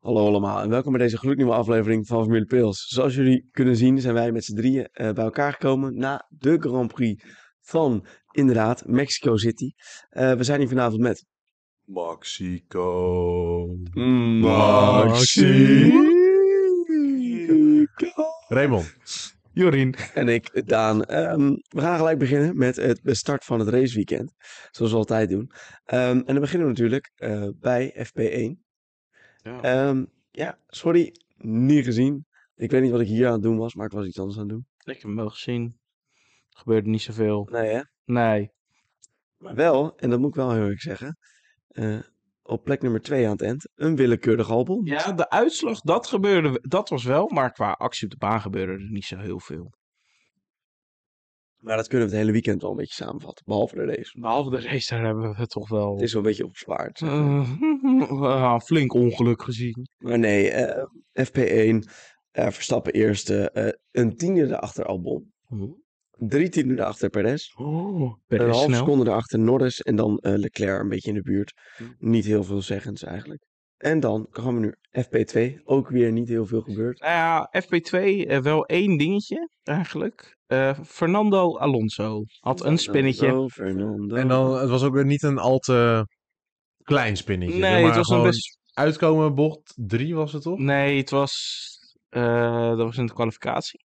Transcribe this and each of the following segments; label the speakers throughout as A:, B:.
A: Hallo allemaal en welkom bij deze gloednieuwe aflevering van Formule Pils. Zoals jullie kunnen zien zijn wij met z'n drieën eh, bij elkaar gekomen na de Grand Prix van inderdaad Mexico City. Eh, we zijn hier vanavond met
B: Mexico.
A: Mexico
B: Raymond.
C: Jorien.
A: en ik, Daan. Ehm, we gaan gelijk beginnen met het start van het raceweekend, zoals we altijd doen. Ehm, en dan beginnen we natuurlijk eh, bij FP1.
B: Ja.
C: Eh,
A: Ehm, ja, sorry, niet gezien. Ik weet niet wat ik hier aan het doen was, maar ik was iets anders aan het doen.
C: Ik heb hem wel gezien. Er gebeurde niet zoveel.
A: Nee, hè?
C: Nee.
A: Maar Nou wel, en dat moet ik wel heel eerlijk zeggen, eh, op plek nummer 2 aan het eind, een willekeurig album.
C: Ja, de uitslag, dat gebeurde, dat was wel, maar qua actie op de baan gebeurde er niet zo heel veel.
A: Maar dat kunnen we het hele weekend wel een beetje samenvatten, behalve de race.
C: Behalve de race, daar hebben we het toch wel
A: Het is wel een beetje opzwaard.
C: eh, ah, flink ongeluk gezien.
A: Maar nee, eh, FP1, eh, Verstappen eerste, eh, een tiende erachter Albon. Drie tienden erachter Perez.
C: Oh,
A: een half
C: snel.
A: seconde erachter Norris en dan eh, Leclerc een beetje in de buurt.
C: Hm.
A: Niet heel veel zeggens eigenlijk. En dan gaan we nu FP2, ook weer niet heel veel gebeurd.
C: Nou ja, FP2, eh, wel één dingetje eigenlijk. Eh, Fernando Alonso had een spinnetje.
A: Fernando, eh, Fernando.
B: En dan, het was ook weer niet een al te klein spinnetje.
C: Nee,
B: maar
C: het was een
B: gewoon
C: best
B: uitkomen bocht 3 was het toch?
C: Nee, het was. eh, dat was in de kwalificatie.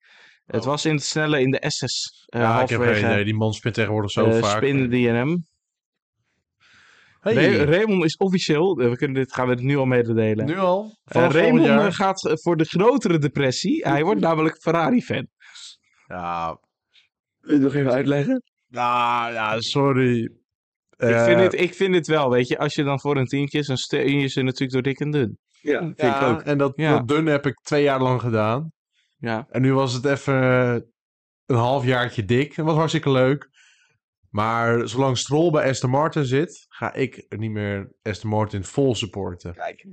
C: Het
B: Oh.
C: was in het snelle in de SS. eh
B: ja, ik heb geen
C: halverwege
B: idee. Die man spint tegenwoordig zo
C: eh,
B: vaak.
C: Spin de DNM.
B: Hey,
C: Ra- Raymond is officieel. eh, We kunnen dit, gaan we het nu al mededelen.
B: nu al?
C: Eh,
B: Vanaf volgend
C: Raymond eh,
B: jaar?
C: gaat eh, voor de grotere depressie. Hij wordt namelijk Ferrari-fan.
B: Ja,
A: Wil je het nog even uitleggen?
B: ja, ja, sorry.
C: ik,
B: Eh,
C: vind het, ik vind het wel, weet je. Als je dan voor een team kiest, dan steun je ze natuurlijk door dik en dun.
A: Ja, vind
B: ja,
A: ik ook.
B: En dat,
C: Ja.
B: dat dun heb ik twee jaar lang gedaan.
C: Ja.
B: En nu was het even eh, een halfjaartje dik. Dat was hartstikke leuk. Maar zolang Stroll bij Aston Martin zit, ga ik niet meer Aston Martin vol supporten.
A: Kijk,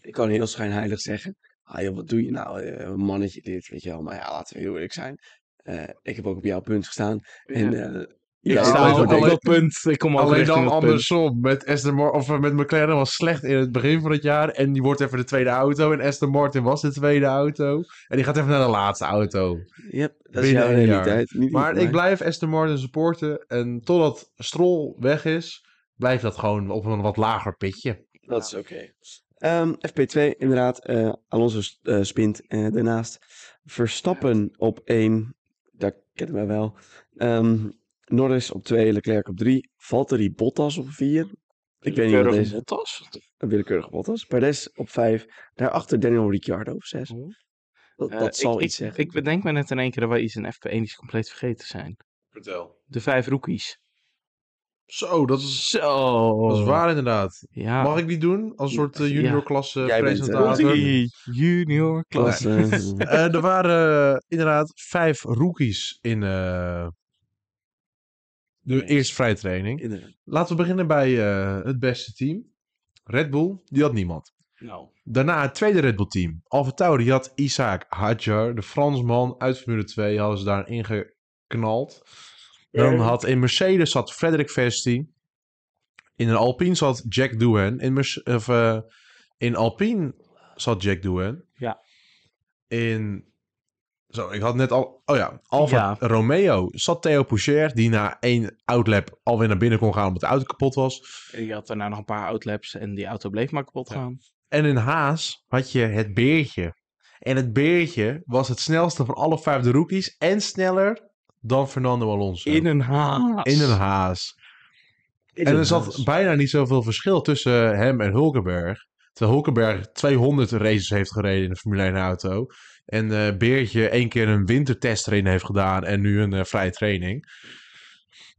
A: ik kan heel schijnheilig zeggen. Ah joh, wat doe je nou? eh, mannetje dit, weet je wel. Maar ja, laten we heel eerlijk zijn. Eh, ik heb ook op jouw punt gestaan. En eh,
B: Ja,
C: ik sta
B: alleen-
C: al op
B: alleen-
C: dat punt. Ik kom al
B: Alleen
C: richting
B: dan
C: dat punt.
B: andersom. Met, Aston Mar- of eh, met McLaren was slecht in het begin van het jaar. En die wordt even de tweede auto. En Aston Martin was de tweede auto. En die gaat even naar de laatste auto.
A: yep, dat is
B: Binnen
A: jouw
B: een jaar.
A: realiteit. Niet die
B: Maar
A: van mij.
B: ik blijf Aston Martin supporten. En totdat Stroll weg is, blijft dat gewoon op een wat lager pitje.
A: Dat is oké. Ehm, FP2 inderdaad. eh, Alonso s- eh, spint. eh, daarnaast Verstappen op 1. Dat kennen wij wel. Ehm, Norris op 2, Leclerc op 3. Valtteri Bottas op 4. Ik weet niet wat
C: Keurig
A: deze...
C: Bottas.
A: Een willekeurige Bottas. Perez op 5. Daarachter Daniel Ricciardo op 6.
C: Oh.
A: Dat,
C: Eh,
A: dat
C: ik-
A: zal
C: ik,
A: iets zeggen.
C: Ik bedenk me net in één keer dat wij iets in FP1 is compleet vergeten zijn.
B: Vertel.
C: De vijf rookies.
B: Zo, dat is,
C: Zo.
B: dat is waar inderdaad.
C: Ja.
B: Mag ik die doen? Als een soort eh,
C: Ja.
B: junior klasse
A: Jij bent, eh,
B: presentator.
C: Oei, junior klas.
A: Klas, eh,
B: Eh, er waren eh, inderdaad vijf rookies in eh, de eerste vrije training.
A: eh, inderdaad.
B: Laten we beginnen bij eh, het beste team. Red Bull, die had niemand.
C: Nou.
B: Daarna het tweede Red Bull team. Alfa Tauri had Isaac Hadjar, de Fransman uit Formule 2, hadden ze daarin ingeknald. Dan had in Mercedes zat Frederik Vesti. In een Alpine zat Jack Doohan. In, Merce- of, eh, in Alpine zat Jack Doohan.
C: Ja.
B: In... Zo, ik had net al... Oh ja, Alfa
C: Ja.
B: Romeo zat Theo Poucher, die na één outlap alweer naar binnen kon gaan omdat de auto kapot was.
C: Je had daarna nog een paar outlaps en die auto bleef maar kapot
B: Ja.
C: gaan.
B: En in Haas had je het beertje. En het beertje was het snelste van alle vijf de rookies en sneller dan Fernando Alonso.
C: In een haas.
B: In een Haas. en er zat bijna niet zoveel verschil tussen hem en Hulkenberg. Terwijl Hulkenberg 200 races heeft gereden in de Formule 1 auto. En eh, Beertje één keer een wintertest erin heeft gedaan en nu een eh, vrije training.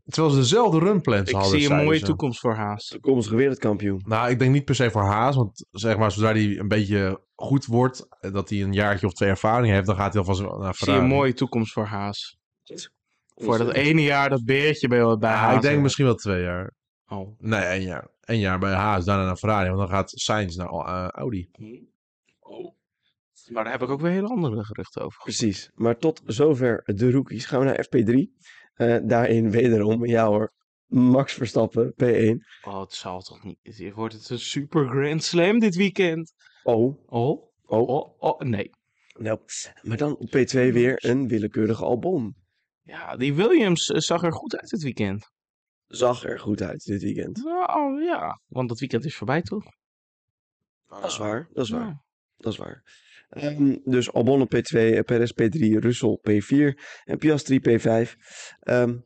B: Terwijl ze dezelfde runplans
C: Ik
B: hadden.
C: zie een
B: zeiden
C: mooie
B: ze.
C: toekomst voor Haas.
A: Toekomstige wereldkampioen.
B: Nou, ik denk niet per se voor Haas. Want zeg maar, zodra hij een beetje goed wordt, eh, dat hij een jaartje of twee ervaring heeft, dan gaat hij alvast wel naar
C: Ik zie een
B: Ferrari.
C: mooie toekomst voor Haas. Voor dat ene jaar dat beertje bij, bij
B: Ja,
C: Haas.
B: ik denk misschien wel twee jaar.
C: Oh.
B: Nee, één jaar. Eén jaar bij Haas, daarna naar Ferrari. Want dan gaat Sainz naar eh, Audi.
A: Oh.
C: Maar daar heb ik ook weer hele andere geruchten over. gehoord.
A: Precies. Maar tot zover de rookies. Gaan we naar FP3. Eh, daarin wederom, ja hoor, Max Verstappen, P1.
C: Oh, het zal toch niet. Wordt het een super Grand Slam dit weekend?
A: Oh,
C: Oh,
A: oh,
C: oh, oh, nee.
A: nou. Maar dan op P2 weer een willekeurige Albon.
C: Ja, die Williams eh, zag er goed uit dit weekend.
A: Zag er goed uit dit weekend.
C: Nou, ja. Want dat weekend is voorbij, toch?
A: Dat is waar, dat is waar.
C: Ja.
A: Dat is waar. Ehm, dus Albon op P2, eh, Perez P3, Russell P4 en Piastri P5. Ehm,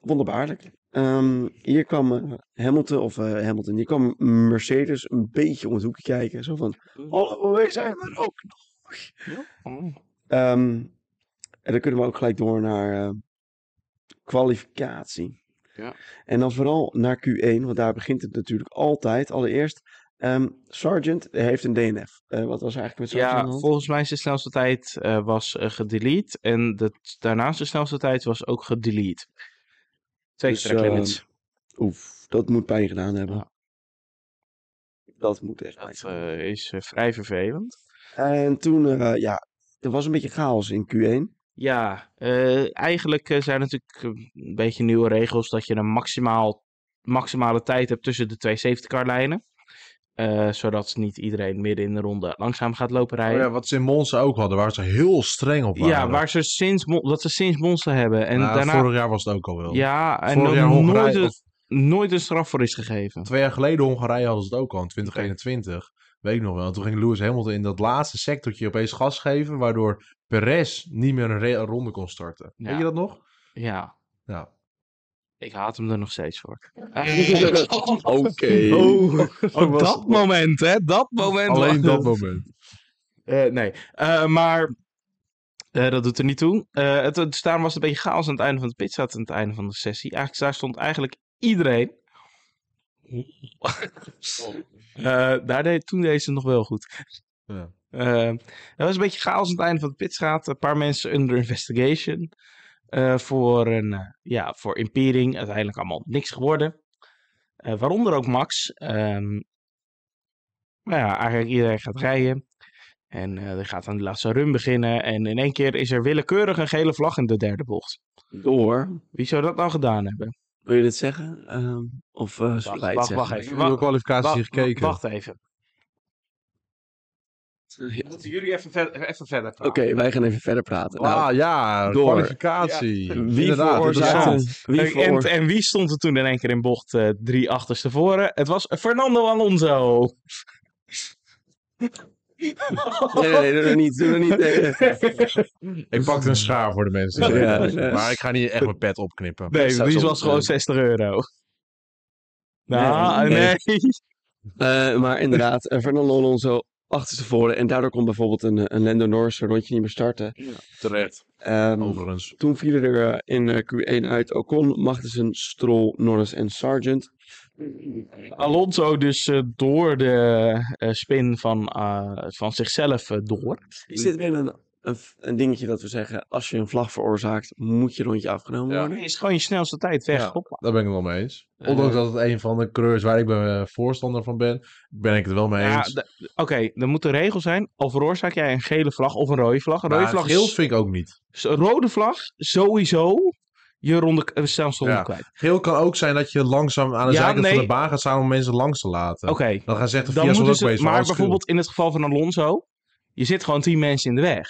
A: wonderbaarlijk. Ehm, hier kwam eh, Hamilton, of eh, Hamilton, hier kwam Mercedes een beetje om het hoekje kijken. Zo van, oh, wij zijn er ook nog.
C: Oh.
A: Ehm, en dan kunnen we ook gelijk door naar eh, kwalificatie.
C: Ja.
A: En dan vooral naar Q1, want daar begint het natuurlijk altijd. Allereerst, ehm Sargent heeft een DNF. Eh, wat was er eigenlijk met Sargent aan
C: Ja,
A: de hand?
C: volgens mij zijn snelste tijd eh, was eh, gedelete. En de, daarnaast de snelste tijd was ook gedelete. Twee
A: Dus,
C: extra credits.
A: Oef, dat moet pijn gedaan hebben.
C: Ja.
A: Dat moet echt pijn
C: dat
A: gedaan hebben.
C: eh, is eh, vrij vervelend.
A: En toen, eh, ja, er was een beetje chaos in Q1.
C: Ja, eh, eigenlijk eh, zijn er natuurlijk eh, een beetje nieuwe regels dat je een maximaal, maximale tijd hebt tussen de twee safety car lijnen. Eh, zodat niet iedereen midden in de ronde langzaam gaat lopen
B: Oh
C: rijden.
B: ja, wat ze in Monza ook hadden, waar ze heel streng op
C: ja,
B: waren.
C: waar ze sinds, Mon- dat ze sinds Monster hebben. En
B: Nou,
C: daarna,
B: Vorig jaar was het ook al wel.
C: ja, en
B: vorig
C: nog
B: jaar
C: nooit,
B: Hongarije,
C: een-
B: of
C: nooit een straf voor is gegeven.
B: twee jaar geleden Hongarije hadden ze het ook al, in 2021. Weet ik nog wel. Toen ging Lewis Hamilton in dat laatste sectortje opeens gas geven, waardoor Perez niet meer een, re- een ronde kon starten.
C: Ja.
B: Weet je dat nog?
C: Ja,
B: Ja.
C: ik haat hem er nog steeds voor.
A: Oké.
B: Oh,
C: ook
A: was
C: dat
A: het nog?
C: moment, hè? Dat moment.
B: Alleen
C: was-
B: dat moment.
C: Eh, nee, Eh, maar eh, dat doet er niet toe. Eh het, het, daarom was het een beetje chaos aan het einde van de pitch, aan het einde van de sessie. Eigenlijk, daar stond eigenlijk iedereen. Eh, daar deed, toen deed ze het nog wel goed.
B: Ja.
C: Eh, er was een beetje chaos aan het einde van de pitstraat. Een paar mensen under investigation. eh, voor, een, eh, ja, voor impering. Uiteindelijk allemaal niks geworden. Eh, waaronder ook Max. Ehm nou ja, eigenlijk iedereen gaat rijden. En eh, er gaat aan de laatste run beginnen. En in één keer is er willekeurig een gele vlag in de derde bocht.
A: Door,
C: Wie zou dat nou gedaan hebben?
A: wil je dit zeggen? Ehm, of eh zullen wij het
C: wacht,
A: zeggen?
C: wacht even.
B: Ik heb de kwalificatie
C: Wa-
B: gekeken.
C: wa- Wacht even.
A: Ja.
C: Laten jullie even, ver- even verder
A: Oké, wij gaan even verder praten. Nou,
B: ah ja,
A: door.
B: kwalificatie.
A: Wie
B: Inderdaad,
A: veroorzaakte...
B: interessant.
A: eh, Wie
C: Kijk, en,
A: veroor...
C: en wie stond er toen in één keer in bocht eh, drie achterstevoren? Het was Fernando Alonso.
A: Nee, nee, nee, doe dat niet. Doe dat niet. nee, nee.
B: Ik pakte een schaar voor de mensen. die
A: Ja,
B: zeiden.
A: ja.
B: Maar ik ga niet echt mijn pet opknippen.
C: Nee,
A: Zou
C: die
A: zo-
C: was gewoon
A: eh,
C: 60 euro. Nou,
A: nee.
C: nee.
A: Eh, maar inderdaad, eh, Fernando Alonso achterstevoren. En daardoor kon bijvoorbeeld een, eh, een Lando Norris een rondje niet meer starten.
B: Terecht.
A: Ehm,
C: Oh.
B: Overigens.
A: toen vielen er eh, in eh, Q1 uit Ocon, Magnussen, Stroll, Norris en Sargent.
C: Alonso dus eh, door de eh, spin van, eh, van zichzelf eh, door.
A: Is dit weer een, een, f- een dingetje dat we zeggen, als je een vlag veroorzaakt, moet je rondje afgenomen
B: Ja.
A: worden?
C: Is gewoon je snelste tijd weg.
B: Ja.
C: Hoppa.
B: Daar ben ik het wel mee eens.
A: Eh,
B: Ondanks dat het een van de coureurs waar ik ben, eh, voorstander van ben, ben ik het wel mee
C: Ja,
B: eens.
C: d- Oké, er moet een regel zijn. Al veroorzaak jij een gele vlag of een rode vlag. Een
B: Maar
C: rode vlag,
B: geel
C: is-
B: vind ik ook niet.
C: is een rode vlag, sowieso je ronde, eh, snelste ronde
B: Ja,
C: kwijt.
B: Geel kan ook zijn dat je langzaam aan de
C: Ja,
B: zijkant
C: nee.
B: van de baan gaat staan om mensen langs te laten.
C: Oké,
B: Dan gaan ze echt de
C: dan
B: Fiat ook
C: moeten ze...
B: bezig.
C: Maar bijvoorbeeld in het geval van Alonso, je zit gewoon 10 mensen in de weg.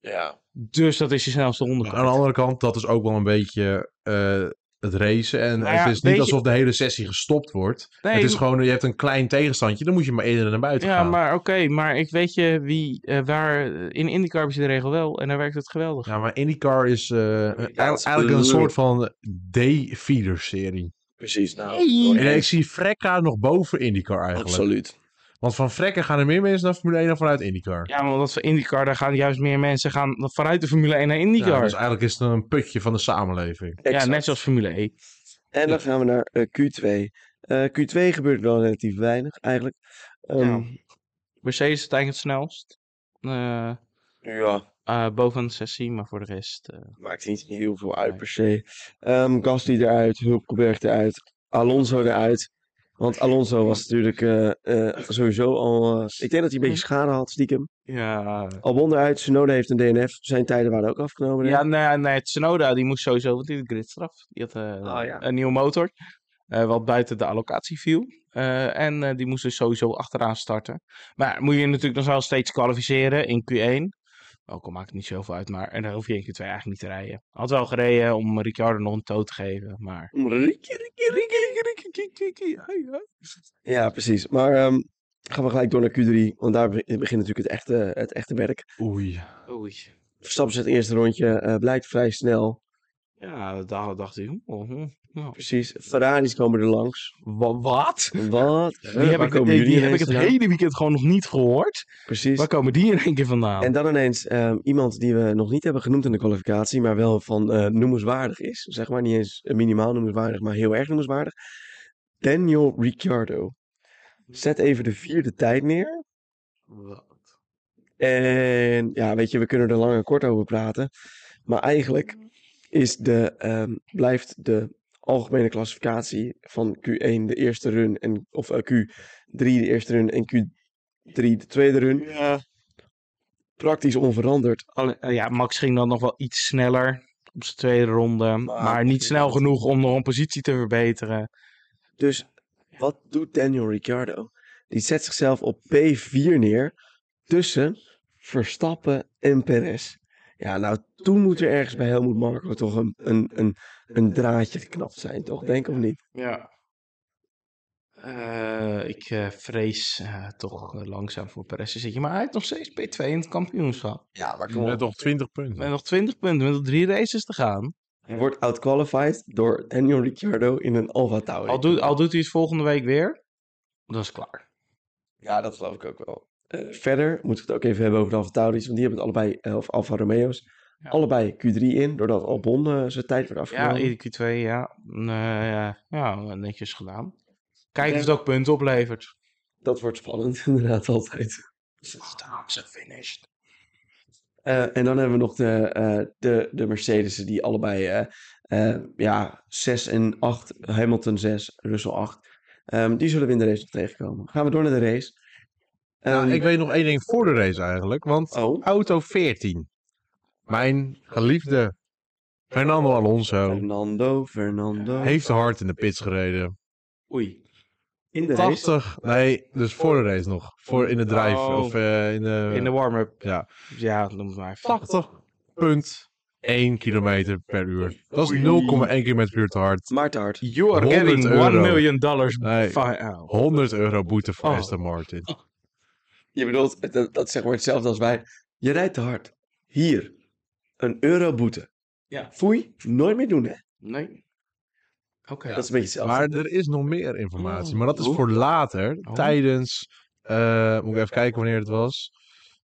A: Ja.
C: Dus dat is je snelste ronde
B: aan de
C: kwijt.
B: andere kant, dat is ook wel een beetje eh, het racen. En
C: Nou ja,
B: het is
C: weet
B: niet
C: je-
B: alsof de hele sessie gestopt wordt.
C: Nee,
B: het is gewoon, je hebt een klein tegenstandje, dan moet je maar eerder naar buiten
C: Ja,
B: gaan.
C: maar oké, maar ik weet je wie, eh, waar, in IndyCar is de regel wel en daar werkt het geweldig.
B: Ja, maar IndyCar is eh, eigenlijk-
A: dat is
B: eigenlijk een
A: gelul.
B: soort van D-feeder-serie.
A: Precies, nou.
C: Nee.
B: En ik zie Frekka nog boven IndyCar eigenlijk.
A: Absoluut.
B: Want van Frekka gaan er meer mensen naar Formule 1 dan vanuit IndyCar.
C: Ja, maar omdat we IndyCar, daar gaan juist meer mensen gaan vanuit de Formule 1 naar
B: Ja,
C: IndyCar.
B: dus eigenlijk is het een putje van de samenleving.
C: Ja, net zoals Formule E. 1.
A: En dan gaan we naar eh, Q2. Eh, Q2 gebeurt wel relatief weinig eigenlijk. Ehm,
C: Mercedes het eigenlijk het snelst. Eh,
A: ja.
C: eh, boven de sessie, maar voor de rest. eh,
A: Maakt niet heel veel uit
C: Nee.
A: per se. Ehm Gasly eruit, Hulkenberg eruit, Alonso eruit. Want Alonso was natuurlijk eh, eh, sowieso al... eh, ik denk dat hij een
C: Mhm.
A: beetje schade had, stiekem.
C: ja.
A: Albon eruit, Tsunoda heeft een DNF. Zijn tijden waren ook afgenomen. denk
C: Ja,
A: ik.
C: nee, nee, Tsunoda die moest sowieso, want die had gridstraf. Die had eh,
A: Oh, ja.
C: een nieuwe motor. eh, wat buiten de allocatie viel. Eh, en eh, die moest dus sowieso achteraan starten. Maar moet je natuurlijk nog wel steeds kwalificeren in Q1. Ook al maakt het niet zoveel uit, maar en dan hoef je in Q2 eigenlijk niet te rijden. Had wel gereden om Ricciardo nog een toot te geven, maar...
A: Rieke, rieke, rieke, rieke. Ja, precies. Maar ehm, gaan we gelijk door naar Q3, want daar be- begint natuurlijk het echte, het echte werk.
B: Oei.
C: Oei.
A: Verstappen zet het eerste rondje, eh, blijkt vrij snel.
C: Ja, dat dacht, dacht ik. oh, oh, nou.
A: Precies, Ferraris komen er langs.
C: Wa- Wat?
A: Wat? Huh,
C: Die heb,
A: waar
C: ik,
A: komen
C: die,
A: jullie
C: die heb ik
A: ineens
C: het
A: vandaan?
C: hele weekend gewoon nog niet gehoord.
A: Precies.
C: Waar komen die in één keer vandaan?
A: En dan ineens ehm, iemand die we nog niet hebben genoemd in de kwalificatie, maar wel van eh, noemenswaardig is. Zeg maar niet eens eh, minimaal noemenswaardig, maar heel erg noemenswaardig. Daniel Ricciardo. Zet even de vierde tijd neer. En ja, weet je, we kunnen er lang en kort over praten. Maar eigenlijk is de, ehm, blijft de algemene klassificatie van Q1 de eerste run, en, of eh, Q3 de eerste run en Q3 de tweede run
C: Ja.
A: praktisch onveranderd.
C: eh, ja, Max ging dan nog wel iets sneller op zijn tweede ronde. Maar, niet snel genoeg om nog een positie te verbeteren.
A: Dus wat doet Daniel Ricciardo? Die zet zichzelf op P4 neer tussen Verstappen en Perez. Ja, nou, toen moet er ergens bij Helmut Marko toch een, een, een, een draadje geknapt zijn, toch? Denk of niet?
C: Ja. ik eh, vrees eh, toch eh, langzaam voor Perez te zitten. Maar hij heeft nog steeds P2 in het kampioenschap.
A: Ja, maar
B: Met nog 20 punten.
C: Met nog 20 punten, met nog drie races te gaan.
A: Hij wordt outqualified door Daniel Ricciardo in een Alfa Tower.
C: Al, doet- al doet hij het volgende week weer, dan is het klaar.
A: Ja, dat geloof ik ook wel. Eh, verder moeten we het ook even hebben over de Alfa Tauris, want die hebben het allebei, eh, of Alfa Romeo's,
C: Ja.
A: allebei Q3 in, doordat Albon eh, zijn tijd werd
C: Ja,
A: afgenomen.
C: iedere Q2, ja. Nee, ja. Ja, netjes gedaan. Kijk
A: Ja.
C: of het ook punten oplevert.
A: Dat wordt spannend, inderdaad, altijd.
C: Ze finished.
A: Eh, en dan hebben we nog de, eh de, de Mercedes'en die allebei, eh, eh, ja, 6 en 8, Hamilton 6, Russell 8. Ehm, die zullen we in de race nog tegenkomen. Gaan we door naar de race. Ehm,
B: Nou, ik weet nog één ding voor de race eigenlijk. Want
A: Oh,
B: auto 14. Mijn geliefde Fernando Alonso
A: Fernando, Fernando.
B: heeft hard in de pits gereden.
C: Oei.
A: in de race.
B: 80, nee, dus voor de race nog. Voor in de drive
C: Oh.
B: of eh, in de...
C: In de warm-up.
B: Ja.
C: Ja, noem het maar even.
B: 80.1 kilometer per uur. Dat is
A: Oei.
B: 0,1 kilometer per uur te hard.
A: Maar te hard.
C: You are
B: 100
C: getting 1
B: euro.
C: million dollars.
B: Nee.
C: fine- oh.
B: 100 euro boete voor
C: Oh.
B: Aston Martin.
A: Je bedoelt, eh, dat, dat is zeg maar hetzelfde als wij. Je rijdt te hard. Hier, een euro boete.
C: Ja.
A: Foei, nooit meer doen, hè?
C: Nee. Oké.
A: Dat is een beetje hetzelfde.
B: Maar er is nog meer informatie.
C: Oh,
B: Maar dat is
C: hoe?
B: voor later.
C: Oh.
B: Tijdens. eh, moet ik even kijken wanneer het was.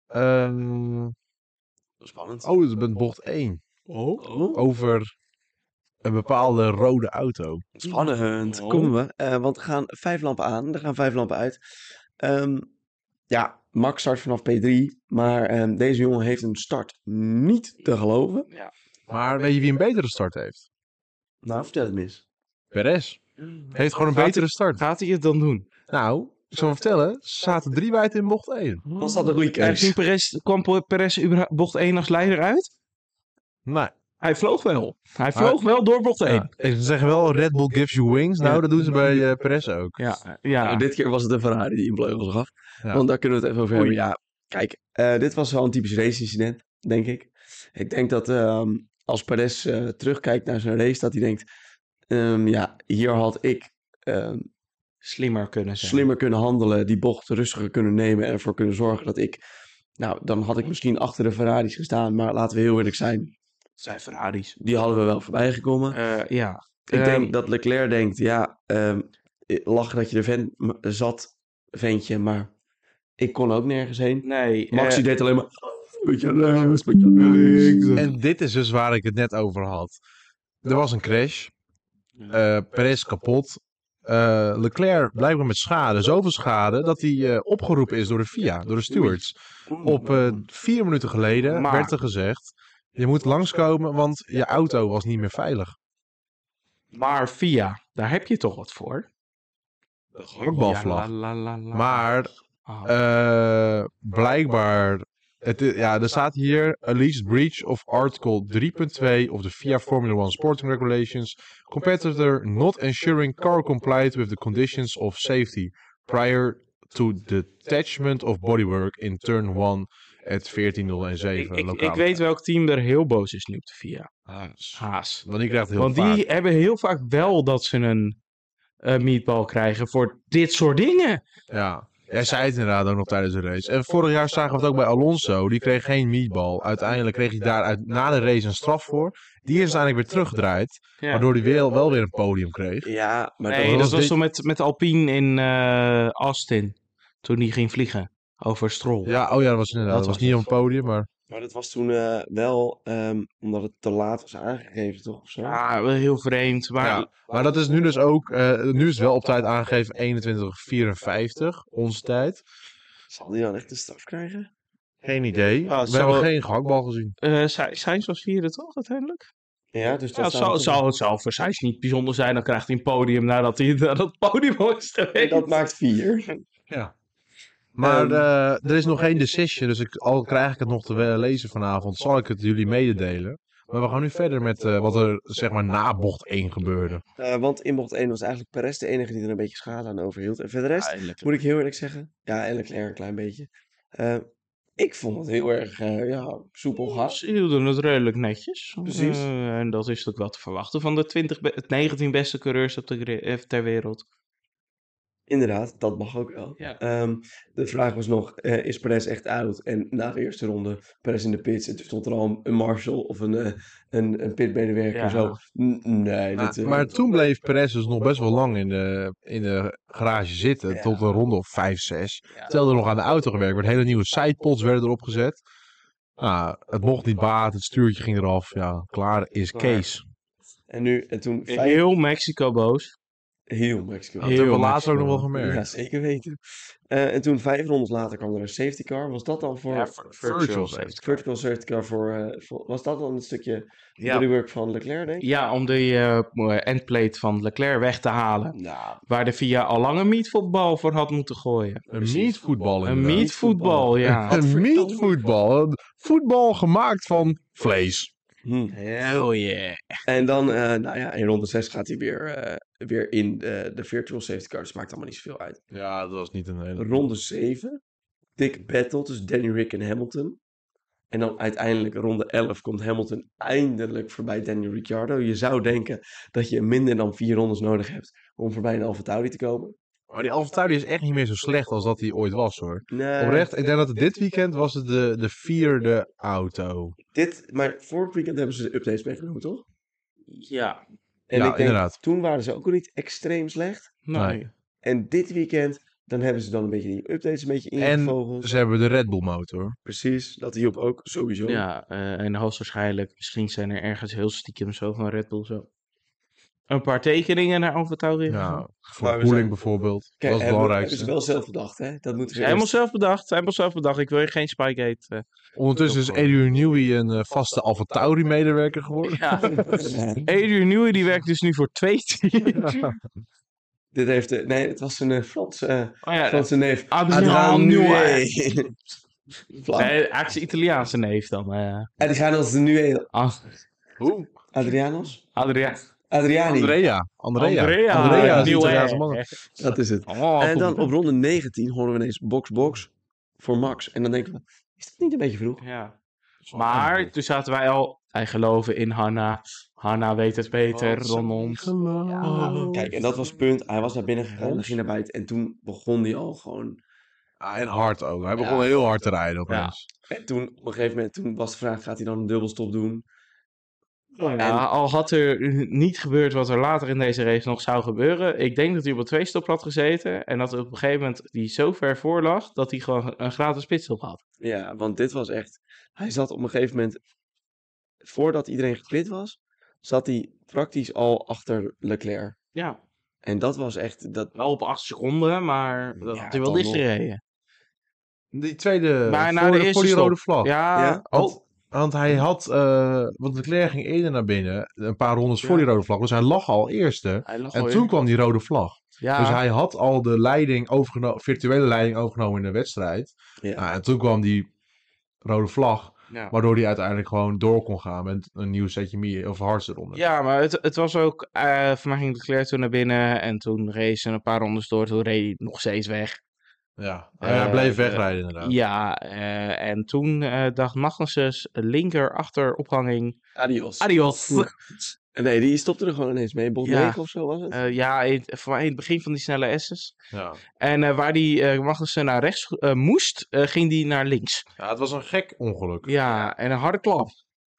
B: Ehm,
A: Spannend.
B: oh, dat is met bocht 1.
C: Oh.
A: Oh.
B: Over een bepaalde rode auto.
A: Spannend.
C: Oh.
A: Komen we. Eh, want er gaan vijf lampen aan. Er gaan vijf lampen uit. Ehm, ja, Max start vanaf P3. Maar ehm, deze jongen heeft een start niet te geloven.
C: Ja.
B: Maar weet je wie een betere start heeft?
A: Nou, vertel het mis.
B: Perez. Heeft gewoon een
C: Gaat-
B: betere start.
C: Gaat hij het dan doen?
B: Nou, ik zal je vertellen. Ze zaten drie wijd in bocht 1.
A: Was dat een goede
C: Hij
A: keuze?
C: Perez, kwam Perez überhaupt bocht 1 als leider uit?
B: Nee.
C: Hij vloog wel. Hij
B: Maar-
C: vloog wel door bocht 1.
B: Ja. Ze zeggen wel, Red Bull gives you wings. Nou,
C: Ja.
B: dat doen ze bij eh, Perez ook.
C: Ja.
A: Nou,
C: ja.
A: dit keer was het een Ferrari die een vleugel gaf.
B: Ja.
A: Want daar kunnen we het even over hebben.
C: Oei.
A: Ja, kijk, eh, dit was wel een typisch race-incident, denk ik. Ik denk dat ehm, als Perez eh, terugkijkt naar zijn race, dat hij denkt: ehm, ja, hier had ik ehm,
C: Slimmer kunnen zijn.
A: slimmer kunnen handelen, die bocht rustiger kunnen nemen en ervoor kunnen zorgen dat ik. Nou, dan had ik misschien achter de Ferraris gestaan, maar laten we heel eerlijk zijn,
C: Zijn Ferraris.
A: die hadden we wel voorbij gekomen.
C: Eh, ja.
A: Ik
C: Ehm,
A: denk dat Leclerc denkt, ja, ehm lachen dat je er vent, m- zat, ventje, maar ik kon ook nergens heen.
C: Nee.
A: Maxi
C: eh,
A: deed alleen maar, met je links, met je links.
B: En dit is dus waar ik het net over had. Er was een crash. Eh Perez kapot. Eh, Leclerc blijkbaar met schade, zoveel schade, dat hij eh, opgeroepen is door de FIA, door de stewards. Op eh, vier minuten geleden
C: Maar-
B: werd er gezegd, je moet langskomen, want je auto was niet meer veilig.
C: eh, maar via, daar heb je toch wat voor? De
B: gehaktbalvlag.
C: Ah. eh, Ja, la, la, la, la.
B: Maar
C: Ah,
B: eh, blijkbaar Het, i- ja, er staat hier, a least breach of article 3.2 of the FIA Formula 1 Sporting Regulations, competitor not ensuring car complied with the conditions of safety prior to detachment of bodywork in turn 1 at 14.07
C: Ik, ik,
B: lokaal.
C: ik weet welk team er heel boos is nu op de VIA. Haas.
B: Want die krijgt heel
C: Want
B: vaak.
C: die hebben heel vaak wel dat ze een eh meatball krijgen voor dit soort dingen.
B: Ja. Hij zei het inderdaad ook nog tijdens de race. En vorig jaar zagen we het ook bij Alonso. Die kreeg geen meatball. Uiteindelijk kreeg hij daar uit, na de race een straf voor. Die is uiteindelijk weer teruggedraaid.
C: Ja.
B: Waardoor hij wel, wel weer een podium kreeg.
A: Ja, maar
C: nee,
B: dat
C: dat
B: was
C: was
B: dit-
C: toch met, met Alpine in eh, Austin. Toen die ging vliegen over Stroll.
B: Ja, oh ja, dat was inderdaad. Dat was
C: Dat was
B: niet op een podium, maar...
A: Maar dat was toen eh, wel ehm, omdat het te laat was aangegeven, toch? Of zo?
C: Ja, wel heel vreemd. Maar
B: Ja. Maar dat is nu dus ook... eh, nu is het wel op tijd aangegeven 21.54. Onze tijd.
A: Zal die dan echt een straf krijgen?
B: Geen idee.
C: Ah,
B: we
C: zou-
B: hebben geen gehaktbal gezien.
C: eh, Sa- Sainz was vierde toch uiteindelijk?
A: Ja, dus
C: Ja,
A: dat
C: het zal, zal, het zal voor Sainz niet bijzonder zijn. Dan krijgt hij een podium nadat hij naar dat podium is geweest.
A: Dat maakt vier. Ehm.
B: Maar eh, er is nog geen decision. Dus ik, al krijg ik het nog te eh, lezen vanavond, zal ik het jullie mededelen. Maar we gaan nu verder met eh, wat er zeg maar na bocht 1 gebeurde.
A: Eh, want in bocht 1 was eigenlijk Perez de enige die er een beetje schade aan overhield. En verder de rest,
C: Eindelijk.
A: moet ik heel eerlijk zeggen. Ja, en Leclerc een klein beetje. Eh, ik vond het heel erg eh, ja, soepel gas.
C: Ze hielden het redelijk netjes.
A: Precies.
C: Eh, en dat is ook wel te verwachten van de 20 be- het 19 beste coureurs op de, gri- eh, ter wereld.
A: Inderdaad, dat mag ook wel.
C: Ja.
A: Ehm, de vraag was nog, eh, is Perez echt oud? En na de eerste ronde, Perez in de pits. En toen stond er al een, een marshal of een, eh, een, een pitmedewerker
C: Ja.
A: zo. N- nee, dit, eh,
B: maar toen bleef Perez dus nog best wel lang in de, in de garage zitten.
A: Ja.
B: Tot een ronde of 5, 6.
C: Ja.
B: Terwijl er nog aan de auto gewerkt werd. Hele nieuwe sidepods werden erop gezet. Nou, het mocht niet baat. Het stuurtje ging eraf. Ja, klaar is
A: Klaar.
B: Kees.
A: En nu, en toen... vijf-
C: Heel Mexico boos.
A: Heel Mexico.
B: Dat
C: Heel
B: hebben we later ook nog wel
C: Mexico.
B: gemerkt.
A: Ja, zeker weten. Eh, en toen vijf rondes later kwam er een safety car. Was dat dan voor...
B: virtual safety
A: Vertical safety car voor, eh, voor- Was dat dan een stukje
C: Ja.
A: bodywork van Leclerc, denk ik?
C: Ja, om de eh, endplate van Leclerc weg te halen.
A: Nou,
C: Waar de VIA al lang een meatvoetbal voor had moeten gooien.
B: Een meatvoetbal
C: Een
B: inderdaad.
C: meatvoetbal, ja.
B: Een
A: Godverdomme.
B: meatvoetbal. Een Voetbal gemaakt van vlees.
A: hm.
C: Hell yeah.
A: En dan, eh, nou ja, in ronde 6 gaat hij weer, eh, weer in de, de virtual safety car. Dus maakt allemaal niet zoveel uit.
B: Ja, dat was niet een hele...
A: Ronde 7, dik battle tussen Danny Rick en Hamilton. En dan uiteindelijk ronde 11 komt Hamilton eindelijk voorbij Danny Ricciardo. Je zou denken dat je minder dan vier rondes nodig hebt om voorbij een AlphaTauri te komen.
B: Maar die Alphatauri is echt niet meer zo slecht als dat hij ooit was, hoor.
A: Nee,
B: Oprecht, ik denk
A: eh,
B: dat het dit weekend was het de, de vierde auto.
A: Dit, maar vorig weekend hebben ze de updates meegenomen, toch?
C: Ja.
A: En
B: Ja,
A: ik denk,
B: inderdaad.
A: toen waren ze ook al niet extreem slecht.
C: Nee.
B: Nee.
A: En dit weekend, dan hebben ze dan een beetje die updates een beetje
B: En-
A: ingevogeld.
B: Ze hebben de Red Bull motor.
A: Precies, dat hielp ook sowieso.
C: Ja, eh, en hoogstwaarschijnlijk, misschien zijn er ergens heel stiekem zo van Red Bull zo. Een paar tekeningen naar Alfa Tauri.
B: Ja, voor
A: Maar we
B: koeling
A: zijn-
B: bijvoorbeeld.
A: Kijk,
B: dat is het
A: hebben, hebben ze
B: belangrijkste.
A: wel zelf bedacht, hè? Dat moeten we
C: Helemaal
A: eerst-
C: zelf bedacht, helemaal zelf bedacht. Ik wil hier geen Spygate. eh.
B: Ondertussen is Adrian Newey een eh, vaste Alphatauri medewerker geworden.
C: Ja. Adrian Newey die werkt dus nu voor twee teams.
A: Dit heeft, eh, nee, het was een eh, Franse, eh,
C: Oh ja,
A: Franse neef.
C: Adriaan Newey.
A: Vlam.
C: Nee, eigenlijk zijn Italiaanse neef dan. eh.
A: En die gaan als de Newey.
C: Ah,
B: Hoe?
A: Adrianos?
C: Adriaan.
A: Adriani.
B: Andrea. Andrea. Andrea is
C: Newey.
B: een Italiaanse man.
A: Dat is het.
C: Oh,
A: en dan
C: goed.
A: op ronde 19 horen we ineens box-box voor Max. En dan denken we, is dat niet een beetje vroeg?
C: Ja. Maar toen zaten wij al, wij geloven in Hanna. Hanna weet het beter
B: Oh,
C: dan
B: zo.
C: ons.
B: Ja.
A: Kijk, en dat was het punt. Hij was naar binnen gegaan, hij ging naar buiten. En toen begon hij al gewoon
B: Ah, en hard ook. Hij
A: Ja.
B: begon heel hard te rijden opeens.
A: En toen, op een gegeven moment, toen was de vraag, gaat hij dan een dubbelstop doen?
C: Ja, al had er niet gebeurd wat er later in deze race nog zou gebeuren. Ik denk dat hij op een tweestop had gezeten. En dat op een gegeven moment die zo ver voor lag dat hij gewoon een gratis pitstop had.
A: Ja, want dit was echt... Hij zat op een gegeven moment, voordat iedereen gesplit was, zat hij praktisch al achter Leclerc.
C: Ja,
A: En dat was echt... Dat,
C: wel op acht seconden, maar
B: Mm,
C: dat
A: Ja,
C: had hij wel
A: dan
C: dicht gereden.
B: Die tweede,
C: Maar na
B: voor,
C: de
B: de
C: eerste
B: voor die
C: stop.
B: rode vlag.
C: Ja,
A: ja,
C: oh,
A: want-
B: Want hij had, eh want Leclerc ging eerder naar binnen, een paar rondes voor
C: Ja.
B: die rode vlag. Dus hij lag al eerste.
C: hij lag
B: En
C: al
B: toen
C: in.
B: kwam die rode vlag.
C: ja,
B: Dus hij had al de leiding overgenomen, virtuele leiding overgenomen in de wedstrijd.
A: Ja.
B: Nou, en toen kwam die rode vlag.
C: Ja.
B: Waardoor hij uiteindelijk gewoon door kon gaan met een nieuw setje meer of hards eronder.
C: Ja, maar het, het was ook. eh voor mij ging Leclerc toen naar binnen en toen race een paar rondes door. Toen reed hij nog steeds weg.
B: Ja. hij
C: Eh,
B: bleef
C: eh,
B: wegrijden inderdaad.
C: Ja, eh, en toen eh, dacht Magnussen's linker achterophanging.
A: Adios.
C: Adios!
A: Nee, die stopte er gewoon ineens mee. Bocht
C: Ja.
A: 9 of zo was het.
C: Eh, ja, in- voor mij in het begin van die snelle S's.
B: Ja.
C: En eh, waar die eh, Magnussen naar rechts eh, moest, eh, ging die naar links.
B: Ja, het was een gek ongeluk.
C: Ja, en een harde klap.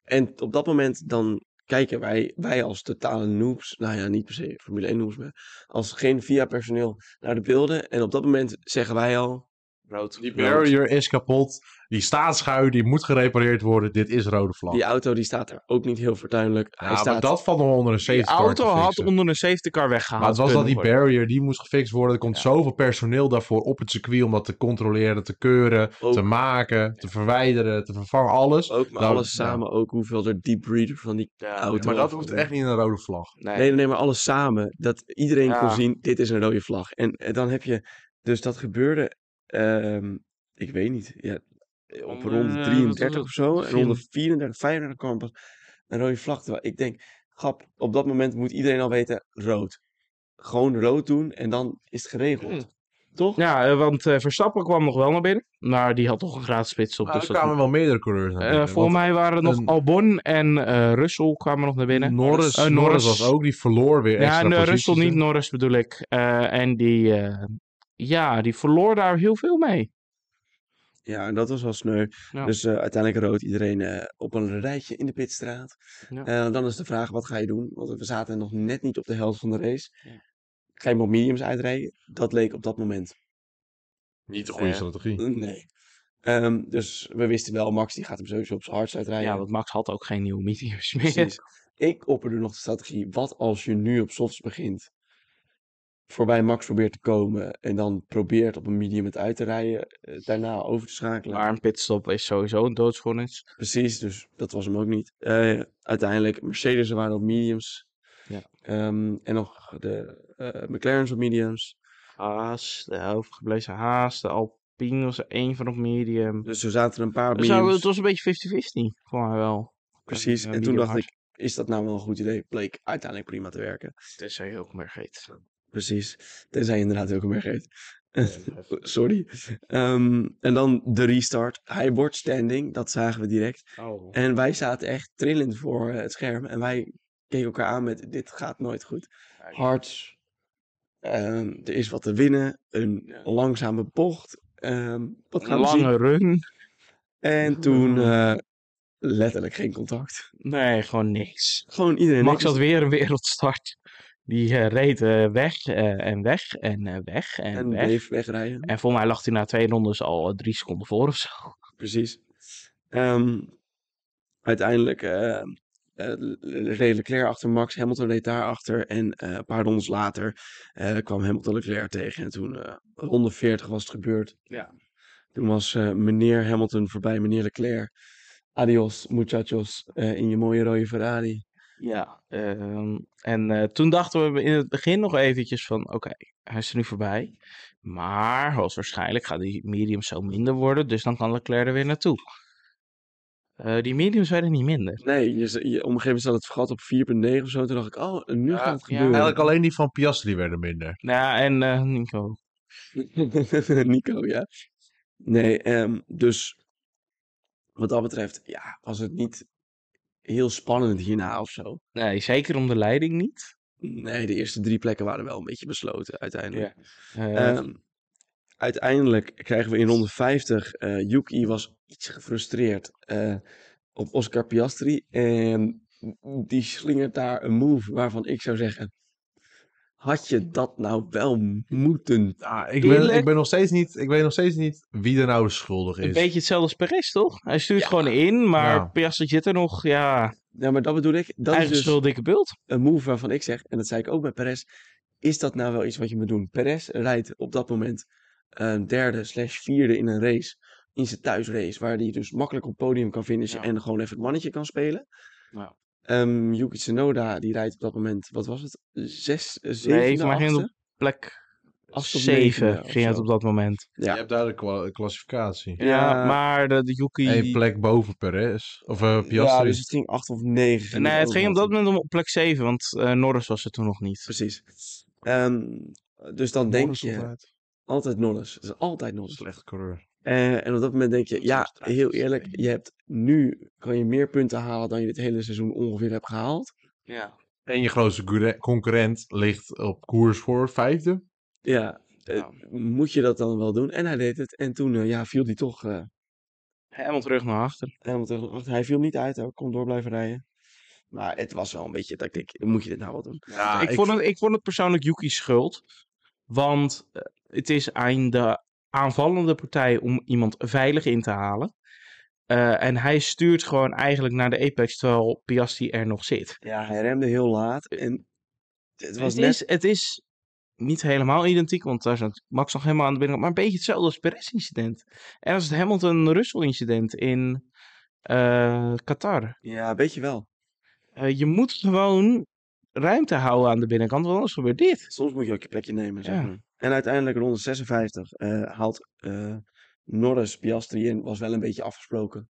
A: En op dat moment dan kijken wij, wij als totale noobs, nou ja, niet per se Formule 1 noobs, maar als geen via personeel naar de beelden. En op dat moment zeggen wij al, rood.
B: Die barrier is kapot. Die staat schuin. Die moet gerepareerd worden. Dit is rode vlag.
A: Die auto die staat er ook niet heel fortuinlijk.
B: Ja,
A: Hij
B: maar
A: staat
B: dat valt nog onder een
C: Die
B: safety car te
C: auto had
B: fixen.
C: onder een safety car weggehaald.
B: Maar het was dat
C: kunnen
B: die
C: worden.
B: barrier, die moest gefixt worden. Er komt
C: Ja.
B: zoveel personeel daarvoor op het circuit om dat te controleren, te keuren,
A: Ook.
B: te maken, te verwijderen, te vervangen, alles.
A: ook, maar
B: Nou,
A: alles
B: ja.
A: samen ook, hoeveel er deep breeder van die
C: Ja,
A: auto.
B: maar dat
A: af-
B: hoeft echt niet een rode vlag.
C: nee.
A: Nee, nee, nee, maar alles samen. Dat iedereen kon
C: Ja.
A: zien, dit is een rode vlag. En eh, dan heb je, dus dat gebeurde, ehm, ik weet niet, ja, op
C: Om, eh,
A: ronde
C: wat
A: 33
C: was
A: of zo. En
C: Vier-
A: ronde 34, 35 kwam pas een rode vlag. Terwijl ik denk, grap, op dat moment moet iedereen al weten, rood. Gewoon rood doen en dan is het geregeld.
C: Mm.
A: Toch?
C: Ja, eh, want eh, Verstappen kwam nog wel naar binnen. Maar die had toch een gratis spits op.
B: Nou,
C: dus
B: er
C: dat
B: kwamen wel meerdere coureurs naar
C: Eh,
B: binnen,
C: voor
B: want
C: mij waren het nog
B: een-
C: Albon en eh Russell kwamen nog naar binnen.
B: Norris,
C: Eh,
B: Norris, was ook, die verloor weer
C: Ja,
B: extra
C: en, eh,
B: posities,
C: Russell
B: hè?
C: niet, Norris bedoel ik. Eh, en die, eh, ja, die verloor daar heel veel mee.
A: Ja, en dat was wel sneu.
C: Ja.
A: Dus eh, uiteindelijk rood iedereen eh, op een rijtje in de pitstraat.
C: Ja.
A: Eh, dan is de vraag, wat ga je doen? Want we zaten nog net niet op de helft van de race. Ga je maar op mediums uitrijden? Dat leek op dat moment
B: Niet de goede
C: Eh,
B: strategie.
A: Nee. Ehm, dus we wisten wel, Max die gaat hem sowieso op zijn hardst uitrijden.
C: eh, Ja, want Max had ook geen nieuwe mediums meer.
A: Precies. Ik opperde nog de strategie, wat als je nu op softs begint, voorbij Max probeert te komen en dan probeert op een medium het uit te rijden, eh, daarna over te schakelen.
C: Maar een pitstop is sowieso een doodsvonnis.
A: Precies, dus dat was hem ook niet. Eh, uiteindelijk, Mercedes waren op mediums.
C: Ja.
A: Ehm, en nog de eh, McLaren's op mediums.
C: Haas, de overgeblezen Haas, de Alpine was er één van op medium.
A: Dus er zaten een paar op
C: Dus nou,
A: mediums.
C: het was een beetje 50-50, voor mij wel.
A: Precies,
C: Eh,
A: en toen
C: medium
A: dacht
C: hard.
A: ik, is dat nou wel een goed idee? Bleek uiteindelijk prima te werken.
C: Tenzij je ook meer geet.
A: Precies. Tenzij je inderdaad ook meer geeft. Sorry. Ehm, en dan de restart. Hij wordt standing, dat zagen we direct.
C: Oh.
A: En wij zaten echt trillend voor eh, het scherm. En wij keken elkaar aan met: dit gaat nooit goed. Hards. Ehm, er is wat te winnen. Een
C: Ja.
A: langzame bocht. Ehm, wat
C: Een
A: gaan we zien?
C: lange run.
A: En toen eh, letterlijk geen contact.
C: Nee, gewoon niks.
A: Gewoon iedereen.
C: Max
A: niks.
C: had weer een wereldstart. Die eh, reed eh, weg eh, en weg en eh, weg en,
A: en
C: weg.
A: bleef wegrijden.
C: En voor mij lag hij na twee rondes al eh, drie seconden voor of zo.
A: Precies. Ehm, uiteindelijk eh, eh, reed Leclerc achter Max. Hamilton reed daarachter. En eh, een paar rondes later eh, kwam Hamilton Leclerc tegen. En toen, eh, ronde 40 was het gebeurd.
C: Ja.
A: Toen was eh, meneer Hamilton voorbij, meneer Leclerc. Adios, muchachos, eh, in je mooie rode Ferrari.
C: Ja. ehm, en eh, toen dachten we in het begin nog eventjes van, oké, hij is er nu voorbij. Maar hoogstwaarschijnlijk gaat die medium zo minder worden, dus dan kan Leclerc er weer naartoe. Eh, die mediums werden niet minder.
A: Nee, je, z- je, op een gegeven moment zat het vergat op 4.9 of zo. Toen dacht ik, oh, en nu
B: Ja,
A: gaat het
C: ja.
A: gebeuren.
B: Eigenlijk alleen die van Piastri werden minder.
C: Nou, en eh, Nico.
A: Nico, ja. Nee, ehm, dus wat dat betreft, ja, was het niet heel spannend hierna of zo.
C: Nee, zeker om de leiding niet.
A: Nee, de eerste drie plekken waren wel een beetje besloten uiteindelijk.
C: Eh,
A: Ehm, uiteindelijk krijgen we in ronde 50, eh, Yuki was iets gefrustreerd eh, op Oscar Piastri. En die slingert daar een move waarvan ik zou zeggen, had je dat nou wel moeten?
B: Ah, ik, ben,
C: Eerlijk?
B: ik, ben nog steeds niet, ik weet nog steeds niet wie er nou de schuldig
C: Een
B: is.
C: beetje hetzelfde als Perez, toch? Hij stuurt gewoon in, maar
B: Ja.
C: Piastri zit er nog. Ja,
A: Ja, maar dat bedoel ik. Dat is
C: eigen
A: dus-
C: schuld, dikke bult.
A: een move waarvan ik zeg, en dat zei ik ook bij Perez, is dat nou wel iets wat je moet doen? Perez rijdt op dat moment ehm, derde slash vierde in een race, in zijn thuisrace, waar hij dus makkelijk op het podium kan finishen
C: Ja.
A: en gewoon even het mannetje kan spelen.
C: Ja.
A: Ehm, Yuki Tsunoda, die rijdt op dat moment, wat was het? Zes, eh,
C: Nee,
A: zevende,
C: maar ging
A: achtste?
C: op plek
A: achtste of
C: Zeven
A: negende of
C: ging het
A: zo.
C: op dat moment.
A: Ja.
B: Je hebt duidelijk wel een klassificatie.
A: Ja.
C: Ja, maar de, de Yuki...
B: Eén plek boven Perez. Of eh
A: Ja,
B: Piastri.
A: dus het ging acht of negen.
C: nee, het ging op dat
A: overal.
C: moment om plek 7, want eh, Norris was er toen nog niet.
A: Precies. Ehm, dus dan denk
B: Norris
C: eh,
A: je
B: altijd.
A: altijd Norris. Het is altijd Norris.
B: Slecht coureur.
A: Eh, en op dat moment denk je, ja, heel eerlijk, je hebt nu kan je meer punten halen dan je dit hele seizoen ongeveer hebt gehaald.
C: Ja.
B: En je grootste concurre- concurrent ligt op koers voor vijfde.
A: Ja, eh,
C: Ja.
A: moet je dat dan wel doen? En hij deed het. En toen eh, ja, viel hij toch eh,
C: Helemaal terug naar achter.
A: helemaal terug. Wacht, Hij viel niet uit, hij kon door blijven rijden. Maar het was wel een beetje dat ik denk, moet je dit nou wel doen?
B: Ja,
C: ik, vond het, ik vond het persoonlijk Yuki's schuld. Want eh, het is aan de aanvallende partij om iemand veilig in te halen. Eh, en hij stuurt gewoon eigenlijk naar de apex terwijl Piastri er nog zit.
A: Ja, hij remde heel laat. En het was
C: het,
A: net...
C: is, het is niet helemaal identiek, want daar zat Max nog helemaal aan de binnenkant. Maar een beetje hetzelfde als het Perez-incident. En als het Hamilton-Russell-incident in eh, Qatar.
A: Ja, weet je wel.
C: Eh, je moet gewoon ruimte houden aan de binnenkant, want anders gebeurt dit.
A: Soms moet je ook je plekje nemen, zeg
C: Ja.
A: maar. En uiteindelijk ronde 56 eh, haalt eh, Norris Piastri in. Was wel een beetje afgesproken.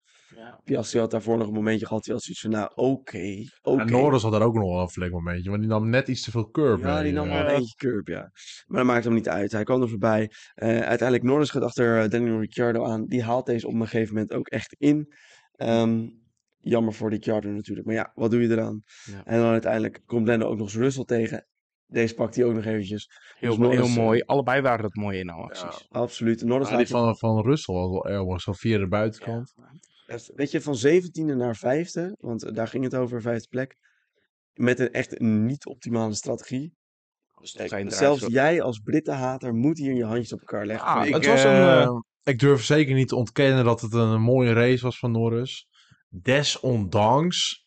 A: Piastri had daarvoor nog een momentje gehad. Die had zoiets van, nou, oké, oké.
B: En Norris had daar ook nog wel een flink momentje. Want die nam net iets te veel curb
A: Ja,
B: mee,
A: die nam
B: eh.
A: wel een eentje curb, ja. Maar dat maakt hem niet uit. Hij kwam er voorbij. Eh, uiteindelijk, Norris gaat achter eh, Daniel Ricciardo aan. Die haalt deze op een gegeven moment ook echt in. Ehm, jammer voor Ricciardo natuurlijk. Maar ja, wat doe je eraan?
C: Ja.
A: En dan uiteindelijk komt Lando ook nog eens Russell tegen. Deze pakt hij ook nog eventjes.
C: Heel,
A: Dus Norris,
C: heel mooi. Allebei waren dat mooie inhaalacties.
A: Absoluut. Norris
B: Ja, Ah, die
A: laat
B: van, van Russell was wel erg mooi. Zo via de buitenkant.
A: je- weet je, van 17e naar 5e. Want eh, daar ging het over, vijfde plek. Met een echt niet optimale strategie. Kijk,
C: geen
A: zelfs
C: draaischop.
A: jij als Brittenhater moet hier je handjes op elkaar leggen.
C: Ah,
A: Ik-
C: het was een,
B: eh,
C: eh,
B: ik durf zeker niet te ontkennen dat het een mooie race was van Norris. Desondanks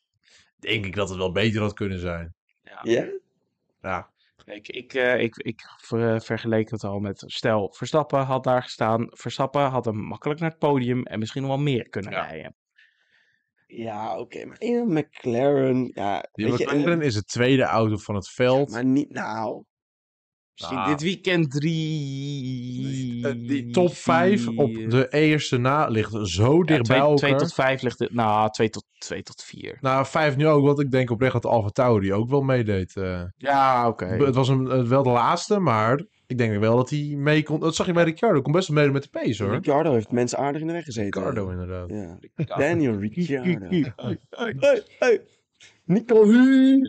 B: denk ik dat het wel beter had kunnen zijn.
A: Ja?
B: Ja,
C: Ik, ik, eh, ik, ik ver- vergeleek het al met, stel, Verstappen had daar gestaan. Verstappen had hem makkelijk naar het podium en misschien nog wel meer kunnen
B: Ja.
C: rijden.
A: Ja, oké. Maar in McLaren, ja,
B: die
A: weet je, eh,
B: McLaren is de tweede auto van het veld.
A: maar niet nou.
C: Misschien
B: Ah.
C: dit weekend drie...
B: Eh, die eh, top 5 op
C: vier-
B: de eerste na ligt zo
C: Ja,
B: dicht
C: twee,
B: bij
C: twee
B: elkaar.
C: tot vijf ligt het... Nou, twee tot, twee tot vier.
B: Nou, vijf nu ook, want ik denk oprecht dat Alfa Tauri ook wel meedeed. eh.
C: Ja, oké.
B: Het was hem eh, wel de laatste, maar ik denk wel dat hij mee kon. Dat zag je bij Ricciardo, kon best wel mee met de pace hoor.
A: Ricardo heeft mensen aardig in de weg gezeten.
B: Ricciardo inderdaad.
A: Ja. Daniel Ricciardo.
B: Hey.
A: hey, hey. Nico Hu.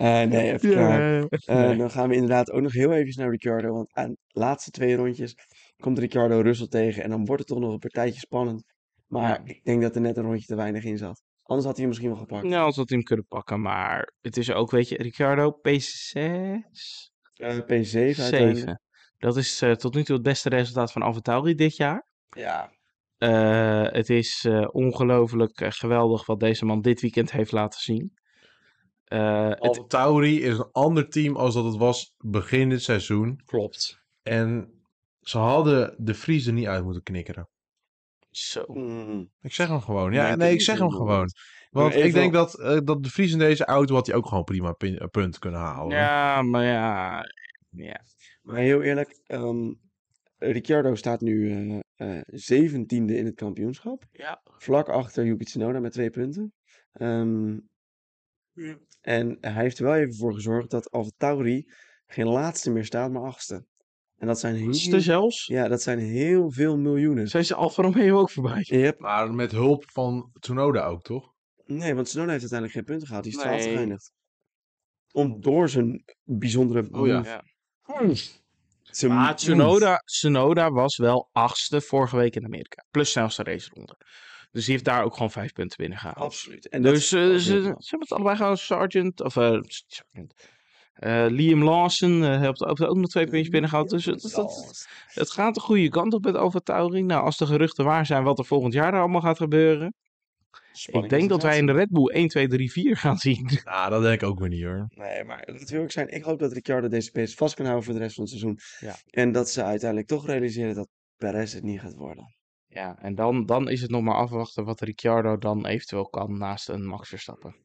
A: Eh, nee, even klaar. Eh, dan gaan we inderdaad ook nog heel even naar Ricciardo. Want aan de laatste twee rondjes komt Ricciardo Russell tegen. En dan wordt het toch nog een partijtje spannend. Maar
C: Ja.
A: ik denk dat er net een rondje te weinig in zat. Anders had hij hem misschien wel gepakt.
C: Nou, als dat hij hem kunnen pakken, maar het is ook, weet je, Ricardo P6,
A: Eh, P7 uiteindelijk.
C: 7. Dat is eh, tot nu toe het beste resultaat van AlphaTauri dit jaar.
A: Ja,
C: Eh, het is eh, ongelooflijk eh, geweldig wat deze man dit weekend heeft laten zien. Eh, het
B: Alfa Tauri is een ander team als dat het was begin dit seizoen.
C: klopt.
B: En ze hadden de Friese niet uit moeten knikkeren.
C: Zo.
A: Mm.
B: Ik zeg hem gewoon.
A: Nee,
B: Ja,
A: dat
B: nee, ik
A: is
B: zeg
A: heel
B: hem gewoon. Want
A: Maar
B: ik
A: even-
B: denk dat, eh, dat de Vries in deze auto had hij ook gewoon prima pin- eh, punt kunnen halen.
C: Ja, maar ja. ja.
A: Maar heel eerlijk, ehm, Ricciardo staat nu eh, zeventiende in het kampioenschap.
C: ja.
A: Vlak achter Yuki Tsunoda met twee punten. Ehm, En hij heeft er wel even voor gezorgd dat AlphaTauri geen laatste meer staat, maar achtste. En dat zijn heel,
C: Achtste zelfs.
A: Hm. ja, dat zijn heel veel miljoenen.
C: Zijn ze Alfa Romeo ook voorbij?
A: Yep.
B: Maar met hulp van Tsunoda ook, toch?
A: Nee, want Tsunoda heeft uiteindelijk geen punten gehad. Die is twaalfde
C: Nee.
A: geëindigd. Om door zijn bijzondere...
B: Oh ja.
A: move-
C: Ja.
A: zijn
C: Maar
A: move.
C: Tsunoda, Tsunoda was wel achtste vorige week in Amerika. Plus snelste raceronde. Dus die heeft daar ook gewoon vijf punten binnengehaald.
A: Absoluut. En dat is-
C: Dus eh, ze, ze hebben het allebei gewoon Sergeant. Of eh, sergeant. Eh, Liam Lawson eh, heeft ook, ook nog twee
A: Mm,
C: puntjes binnengehaald. Dus het, het, het gaat de goede kant op met AlphaTauri. Nou, als de geruchten waar zijn wat er volgend jaar er allemaal gaat gebeuren. Ik denk dat wij in de Red Bull 1, 2, 3, 4 gaan zien.
B: Nou, dat denk ik ook weer niet hoor.
A: Nee, maar dat wil ik zijn. Ik hoop dat Ricciardo deze pace vast kan houden voor de rest van het seizoen.
C: Ja.
A: En dat ze uiteindelijk toch realiseren dat Perez het niet gaat worden.
C: Ja, en dan, dan is het nog maar afwachten wat Ricciardo dan eventueel kan naast een Max Verstappen.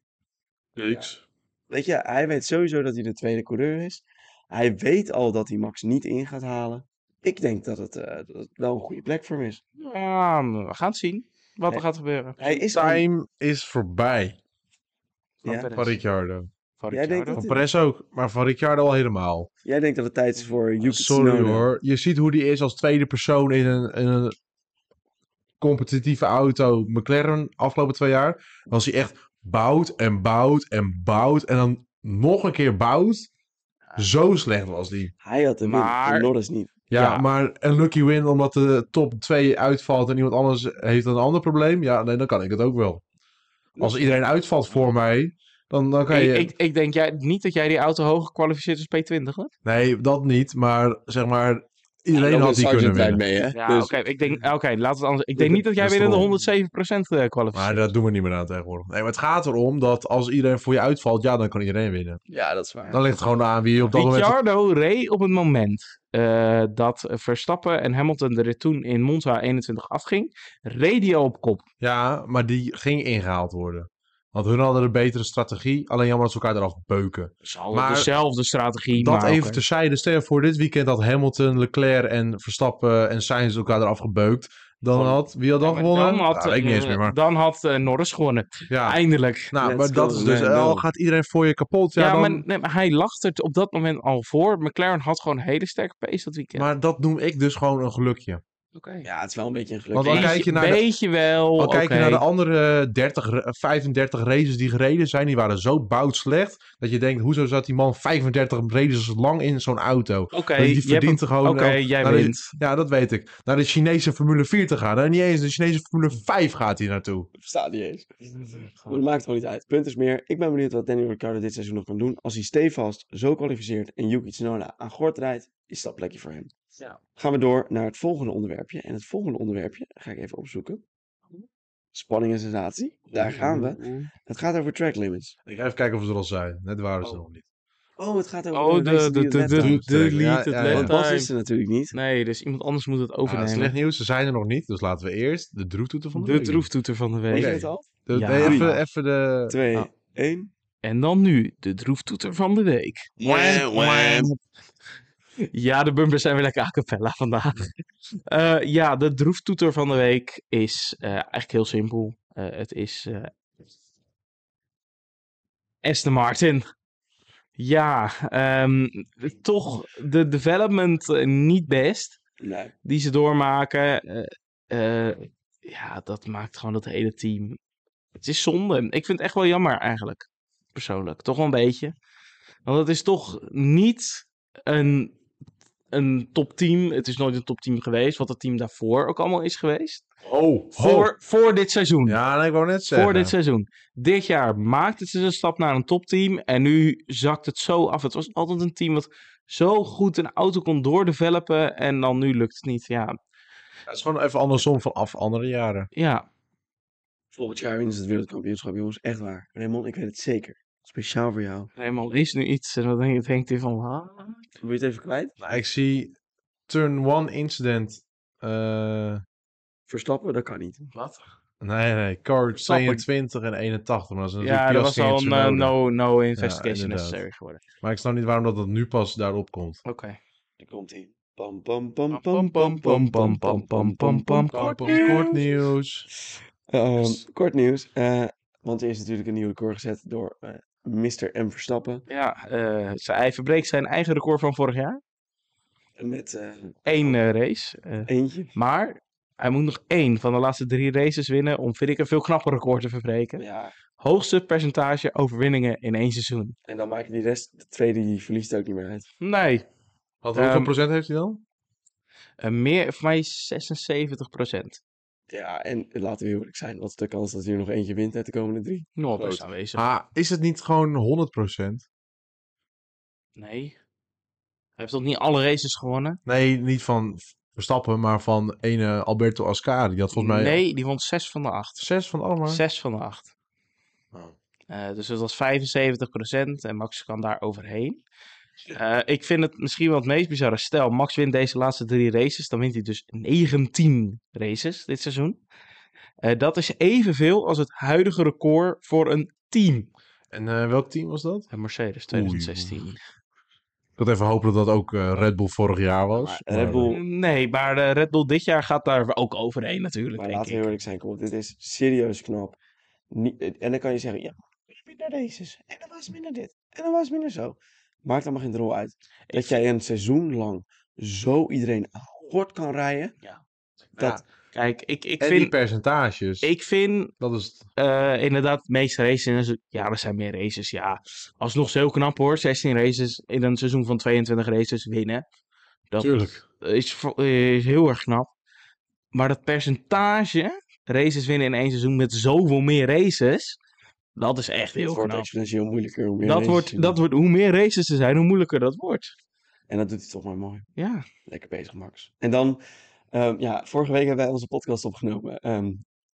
B: Niks.
A: Weet je, hij weet sowieso dat hij de tweede coureur is. Hij weet al dat hij Max niet in gaat halen. Ik denk dat het, eh, dat het wel een goede plek voor hem is.
C: Ja, we gaan het zien wat er
A: Hey.
C: gaat gebeuren.
A: Hij is aan-
B: Time is voorbij
C: Van
A: Ja.
C: Perez.
B: van Ricciardo.
C: Van
A: Jij
C: Ricciardo.
A: denkt
B: Van Perez ook, maar van Ricciardo al helemaal.
A: Jij denkt dat het tijd is voor Yuki
B: Sorry
A: Tsunoda.
B: hoor. Je ziet hoe die is als tweede persoon in een, in een competitieve auto. McLaren afgelopen twee jaar. Was hij echt bouwt en bouwt en bouwt. En dan nog een keer bouwt. Zo slecht was die.
A: Hij had hem
C: Maar-
A: en Norris niet.
B: Ja,
C: Ja.
B: maar een lucky win omdat de top 2 uitvalt en iemand anders heeft een ander probleem. Ja, nee, dan kan ik het ook wel. Als iedereen uitvalt voor mij, dan, dan kan je...
C: ik, ik, ik denk jij, niet dat jij die auto hoger kwalificeert als P20, hoor.
B: Nee, dat niet. Maar zeg maar, iedereen
A: En dan
B: had
A: is
B: die kunnen
A: Sargent
B: winnen.
A: tijd mee, hè?
C: Ja,
A: dus
C: oké. Ik denk, oké, laten we het anders. Ik denk niet dat jij
B: Dus Dat is
C: weer in
B: toch-
C: de 107% eh,
B: Maar
C: kwalificeert.
B: dat doen we niet meer aan tegenwoordig. Nee, maar het gaat erom dat als iedereen voor je uitvalt, ja, dan kan iedereen winnen.
A: ja, dat is waar.
B: Dan ligt het gewoon aan wie op dat moment...
C: Ricciardo reed op het moment eh, dat Verstappen en Hamilton er toen in Monza 21 afging, reed die al op kop.
B: Ja, maar die ging ingehaald worden. Want hun hadden een betere strategie, alleen jammer dat ze elkaar eraf beuken.
C: Zal
B: Maar-
C: dezelfde strategie,
B: Dat
C: maar
B: even
C: oké.
B: terzijde. Stel je voor dit weekend had Hamilton, Leclerc en Verstappen en Sainz elkaar eraf gebeukt. Dan
C: Gewoon-
B: had... Wie had dan
C: Ja, maar
B: gewonnen?
C: Dan had, eh,
B: ja, ik niet eens meer, maar...
C: dan had eh, Norris gewonnen.
B: Ja,
C: Eindelijk.
B: nou,
A: Let's
B: maar dat
A: go,
B: is dus...
A: nee,
B: al
A: nul.
B: gaat iedereen voor je kapot, ja,
C: Ja,
B: dan...
C: maar, nee, maar hij lacht er t- op dat moment al voor. McLaren had gewoon een hele sterke pace dat weekend.
B: Maar dat noem ik dus gewoon een gelukje.
C: Oké.
A: Ja, het is wel een beetje een
B: Want
A: geluk.
B: dan
C: Beetje-
B: kijk je naar de-
C: beetje wel.
B: Al kijk
C: oké.
B: je naar de andere 30, ra- 35 races die gereden zijn, die waren zo bout slecht. Dat je denkt, hoezo zat die man 35 races lang in zo'n auto? Dus
C: Oké,
B: die
C: je hebt
B: verdient er gewoon.
C: Oké,
B: wel-
C: jij
B: naar de-
C: wint.
B: ja, dat weet ik. Naar de Chinese Formule 4 te gaan. En niet eens de Chinese Formule 5 gaat hij naartoe.
A: Ik versta het niet eens. Maar dat maakt gewoon niet uit. Punt is meer, ik ben benieuwd wat Daniel Ricciardo dit seizoen nog kan doen. Als hij stevast zo kwalificeert en Yuki Tsunoda aan gort rijdt, is dat plekje voor hem.
C: Ja.
A: Gaan we door naar het volgende onderwerpje. En het volgende onderwerpje ga ik even opzoeken. Spanning en sensatie. Daar
C: Mhm.
A: gaan we. Het gaat over track limits.
B: Ik ga even kijken of ze er al zijn. Net waren ze
A: Oh.
B: nog niet.
A: Oh, het gaat over
C: Oh,
A: de races
C: de,
A: die
C: de,
A: het
C: de,
A: net hadden.
C: de,
B: de- de-
C: delete
B: ja,
C: het
B: ja, ja.
A: Want Bas
C: laptop.
A: is er natuurlijk niet.
C: Nee, dus iemand anders moet het
B: Ja, het is
C: overnemen.
B: slecht nieuws, ze zijn er nog niet. Dus laten we eerst de droetoeter van de
C: de
B: week.
C: droeftoeter van de week.
A: Weet je
B: Oké.
A: het al?
B: De-
C: Ja.
B: nee,
A: Drie.
B: even, even de...
A: Twee,
C: Ah.
A: één.
C: En dan nu de droeftoeter van de week. Eh, Ja, de bumpers zijn weer lekker a cappella vandaag. Eh, ja, de droeftoeter van de week is eh, eigenlijk heel simpel. Eh, het is eh Aston Martin. Ja, ehm, toch de development eh, niet best
A: Nee.
C: die ze doormaken. eh, eh, ja, dat maakt gewoon het hele team. Het is zonde. Ik vind het echt wel jammer eigenlijk. Persoonlijk. Toch wel een beetje. Want het is toch niet een, een topteam. Het is nooit een topteam geweest. Wat het team daarvoor ook allemaal is geweest.
B: Oh, ho.
C: Voor, voor dit seizoen.
B: Ja, nee, ik wou net zeggen.
C: voor dit seizoen. Dit jaar maakte ze een stap naar een topteam. En nu zakt het zo af. Het was altijd een team wat zo goed een auto kon doordevelopen. En dan nu lukt het niet. Ja,
B: Ja, het is gewoon even andersom vanaf andere jaren.
C: Ja,
A: Volgend jaar winnen ze het wereldkampioenschap, jongens. Echt waar. Raymond, ik weet het zeker. Speciaal voor jou.
C: helemaal is nu iets en dan denkt, denkt hij van... "Ah."
A: Wil je het even kwijt?
B: Nou, ik zie turn one incident. eh,
A: Verstappen, dat kan niet.
B: nee, nee, car
C: Snap ik.
B: 22 en 81. Maar dat is natuurlijk
C: Ja, dat was
B: Piastri en
C: al een eh,
B: Tsunoda.
C: no, no investigation
B: inderdaad.
C: necessary geworden.
B: Maar ik snap niet waarom dat, dat nu pas daarop komt.
C: Oké.
A: Daar komt hij. Pam, pam, pam,
C: Pam, pam, pam, pam, pam, pam, pam, pam. Kort
B: Kort nieuws.
A: Ehm, kort nieuws. eh, want er is natuurlijk een nieuw record gezet door eh, Mr. M. Verstappen.
C: Ja, eh, ze- hij verbreekt zijn eigen record van vorig jaar.
A: Met eh,
C: Eén eh, race. eh,
A: eentje.
C: maar hij moet nog één van de laatste drie races winnen om, vind ik, een veel knapper record te verbreken.
A: Ja,
C: Hoogste percentage overwinningen in één seizoen.
A: en dan maak je die rest. De tweede die verliest ook niet meer uit.
C: Nee,
B: Wat, hoeveel
C: Ehm,
B: procent heeft hij dan?
C: eh, meer, voor mij 76 procent.
A: Ja, en laten we heel eerlijk zijn. Wat is de kans dat hij er nog eentje wint uit de komende drie?
C: Nog
A: Groot.
C: Nou, best aanwezig.
B: Ah, is het niet gewoon 100
C: Nee. Hij heeft nog niet alle races gewonnen.
B: Nee, niet van Verstappen, maar van ene Alberto Ascari. Die had volgens mij
C: Nee, die won 6 van de 8.
B: zes van allemaal.
C: 6 van de 8.
A: Oh.
C: dus dat was 75% en Max kan daar overheen. Eh, ik vind het misschien wel het meest bizarre. Stel, Max wint deze laatste drie races. Dan wint hij dus 19 races dit seizoen. Eh, dat is evenveel als het huidige record voor een team.
B: En eh, welk team was dat?
C: En Mercedes
B: Oei, oei.
C: 2016.
B: Ik had even hopen dat dat ook eh, Red Bull vorig jaar was.
A: Maar Red Bull-
C: Nee, maar eh, Red Bull dit jaar gaat daar ook overheen natuurlijk,
A: Maar
C: denk
A: laten we
C: ik.
A: eerlijk zijn, kom op, dit is serieus knap. Niet- en dan kan je zeggen, ja, maar er was minder races. En dan was minder dit. En dan was minder zo. Maakt allemaal geen rol uit. Dat jij een seizoen lang zo iedereen kort kan rijden.
B: Ja,
A: Dat,
C: Kijk, ik, ik
B: en die
C: vind,
B: percentages.
C: ik vind
B: Dat is het.
C: eh, inderdaad de meeste races... Ja, er zijn meer races, ja. Alsnog is heel knap hoor, 16 races in een seizoen van 22 races winnen. Dat
B: Tuurlijk.
C: is, vo- eh, is heel erg knap. Maar dat percentage races winnen in één seizoen met zoveel meer races... Dat is echt heel
A: het wordt
C: knap.
A: exponentieel moeilijker. Hoe meer
C: Dat
A: races
C: wordt,
A: je
C: dat
A: doet.
C: wordt, hoe meer races er zijn, hoe moeilijker dat wordt.
A: En dat doet hij toch maar mooi.
C: Ja.
A: Lekker bezig, Max. En dan, ehm, ja, vorige week hebben wij onze podcast opgenomen. ehm,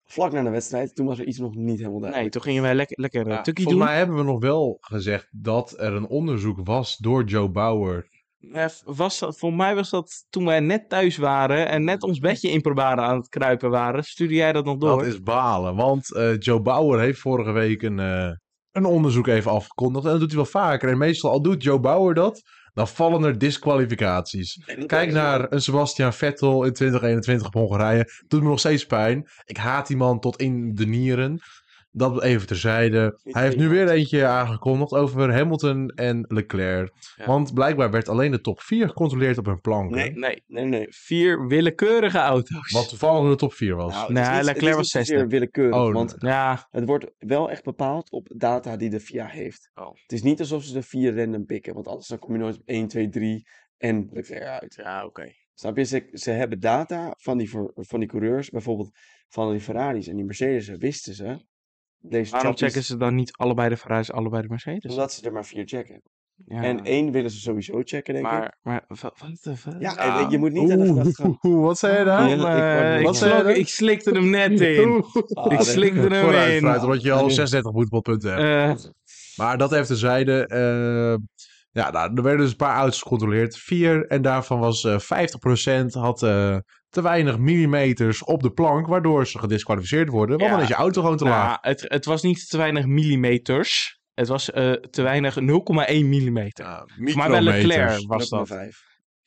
A: vlak na de wedstrijd, toen was er iets nog niet helemaal
C: Nee,
A: duidelijk.
C: toen gingen wij lekker, lekker eh,
B: Ja,
C: tukkie
B: volgens
C: doen.
B: mij hebben we nog wel gezegd dat er een onderzoek was door Joe Bauer.
C: Eh, was dat, voor mij was dat toen wij net thuis waren en net ons bedje in proberen aan het kruipen waren. Stuurde jij dat nog door?
B: Dat is balen, want eh, Joe Bauer heeft vorige week een, eh, een onderzoek even afgekondigd. En dat doet hij wel vaker. En meestal, al doet Joe Bauer dat, dan vallen er disqualificaties.
A: Nee, dat
B: Kijk
A: is-
B: naar een Sebastian Vettel in 2021 op Hongarije. Doet me nog steeds pijn. Ik haat die man tot in de nieren. Dat even terzijde. Hij heeft nu weer eentje aangekondigd over Hamilton en Leclerc.
C: Ja.
B: Want blijkbaar werd alleen de top 4 gecontroleerd op hun planken.
A: Nee.
C: Nee,
A: Nee, nee.
C: vier willekeurige auto's.
B: Wat toevallig in de top 4 was.
A: Nou,
C: Nee,
A: het is niet-
C: Leclerc
A: het is
C: was
A: niet zozeer
C: zesde.
A: willekeurig,
B: Oh,
A: want
C: Ja,
A: het wordt wel echt bepaald op data die de FIA heeft.
C: Oh.
A: Het is niet alsof ze de vier random pikken, want anders dan kom je nooit op 1, 2, 3 en Leclerc uit.
C: ja oké.
A: Snap je? Ze, ze hebben data van die, voor- van die coureurs, bijvoorbeeld van die Ferraris en die Mercedes, wisten ze. Deze
C: Waarom
A: chappies,
C: checken ze dan niet allebei de Ferraris, allebei de Mercedes?
A: Omdat ze er maar vier checken.
C: Ja,
A: En één willen ze sowieso checken, denk ik.
C: maar, maar wa- wat de fuck?
A: Ja,
C: Ah,
A: en je moet niet aan de gedachte gaan.
B: Oeh, wat zei je
A: Ja,
B: daar?
A: dat- ik
C: eh,
A: word-
C: ik,
B: Wat zei je
C: slok-
B: dan?
C: ik slikte hem net in.
A: Ah,
C: ik
A: nee.
C: slik er hem
B: Vooruit,
C: in.
B: vooruit, want je al
A: Nee.
B: 36 voetbalpunten hebt.
C: Eh,
B: Maar dat even terzijde. eh ja, nou, er werden dus een paar auto's gecontroleerd. Vier en daarvan was eh 50% had eh, te weinig millimeters op de plank. Waardoor ze gedisqualificeerd worden. Want
C: Ja.
B: dan is je auto gewoon te laag.
C: nou, het, het was niet te weinig millimeters. Het was eh, te weinig 0,1 millimeter.
B: Ja,
C: Maar bij
B: micrometers.
C: Leclerc was dat.
A: 0,5.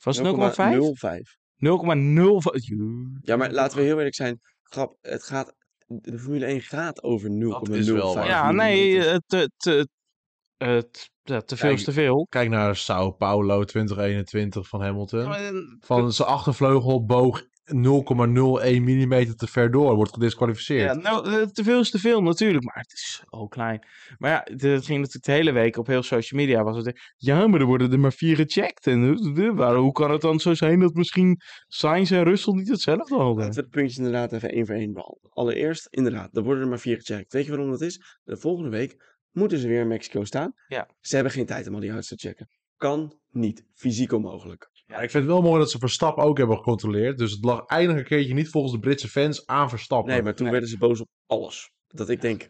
C: Was het 0,5?
A: 0,05.
C: 0,05.
A: Ja, maar laten we heel eerlijk zijn. Grap, het gaat, de Formule 1 gaat over 0,05.
B: is wel waar.
C: Ja, nee, eh, te, te, eh, t- ja, te veel
B: Ja,
C: is te veel.
B: Kijk naar Sao Paulo 2021 van Hamilton.
C: Maar
B: Van zijn achtervleugel boog 0,01 mm te ver door. Wordt gedisqualificeerd.
C: Ja, nou, eh, te veel is te veel natuurlijk, maar het is zo klein. Maar ja, het ging natuurlijk de hele week op heel social media. Was het, ja, maar er worden er maar vier gecheckt. En eh, eh, waar, hoe kan het dan zo zijn dat misschien Sainz en Russell niet hetzelfde hadden?
A: Laten we de puntjes inderdaad even één voor één behandelen. Allereerst, inderdaad, er worden er maar vier gecheckt. Weet je waarom dat is? De volgende week moeten ze weer in Mexico staan.
C: Ja.
A: Ze hebben geen tijd om al die auto's te checken. Kan niet. Fysiek onmogelijk.
B: Ja, ik vind het wel mooi dat ze Verstappen ook hebben gecontroleerd. Dus het lag eindelijk een keertje niet volgens de Britse fans aan Verstappen.
A: Nee, maar toen
C: Nee.
A: werden ze boos op alles. Dat ik denk,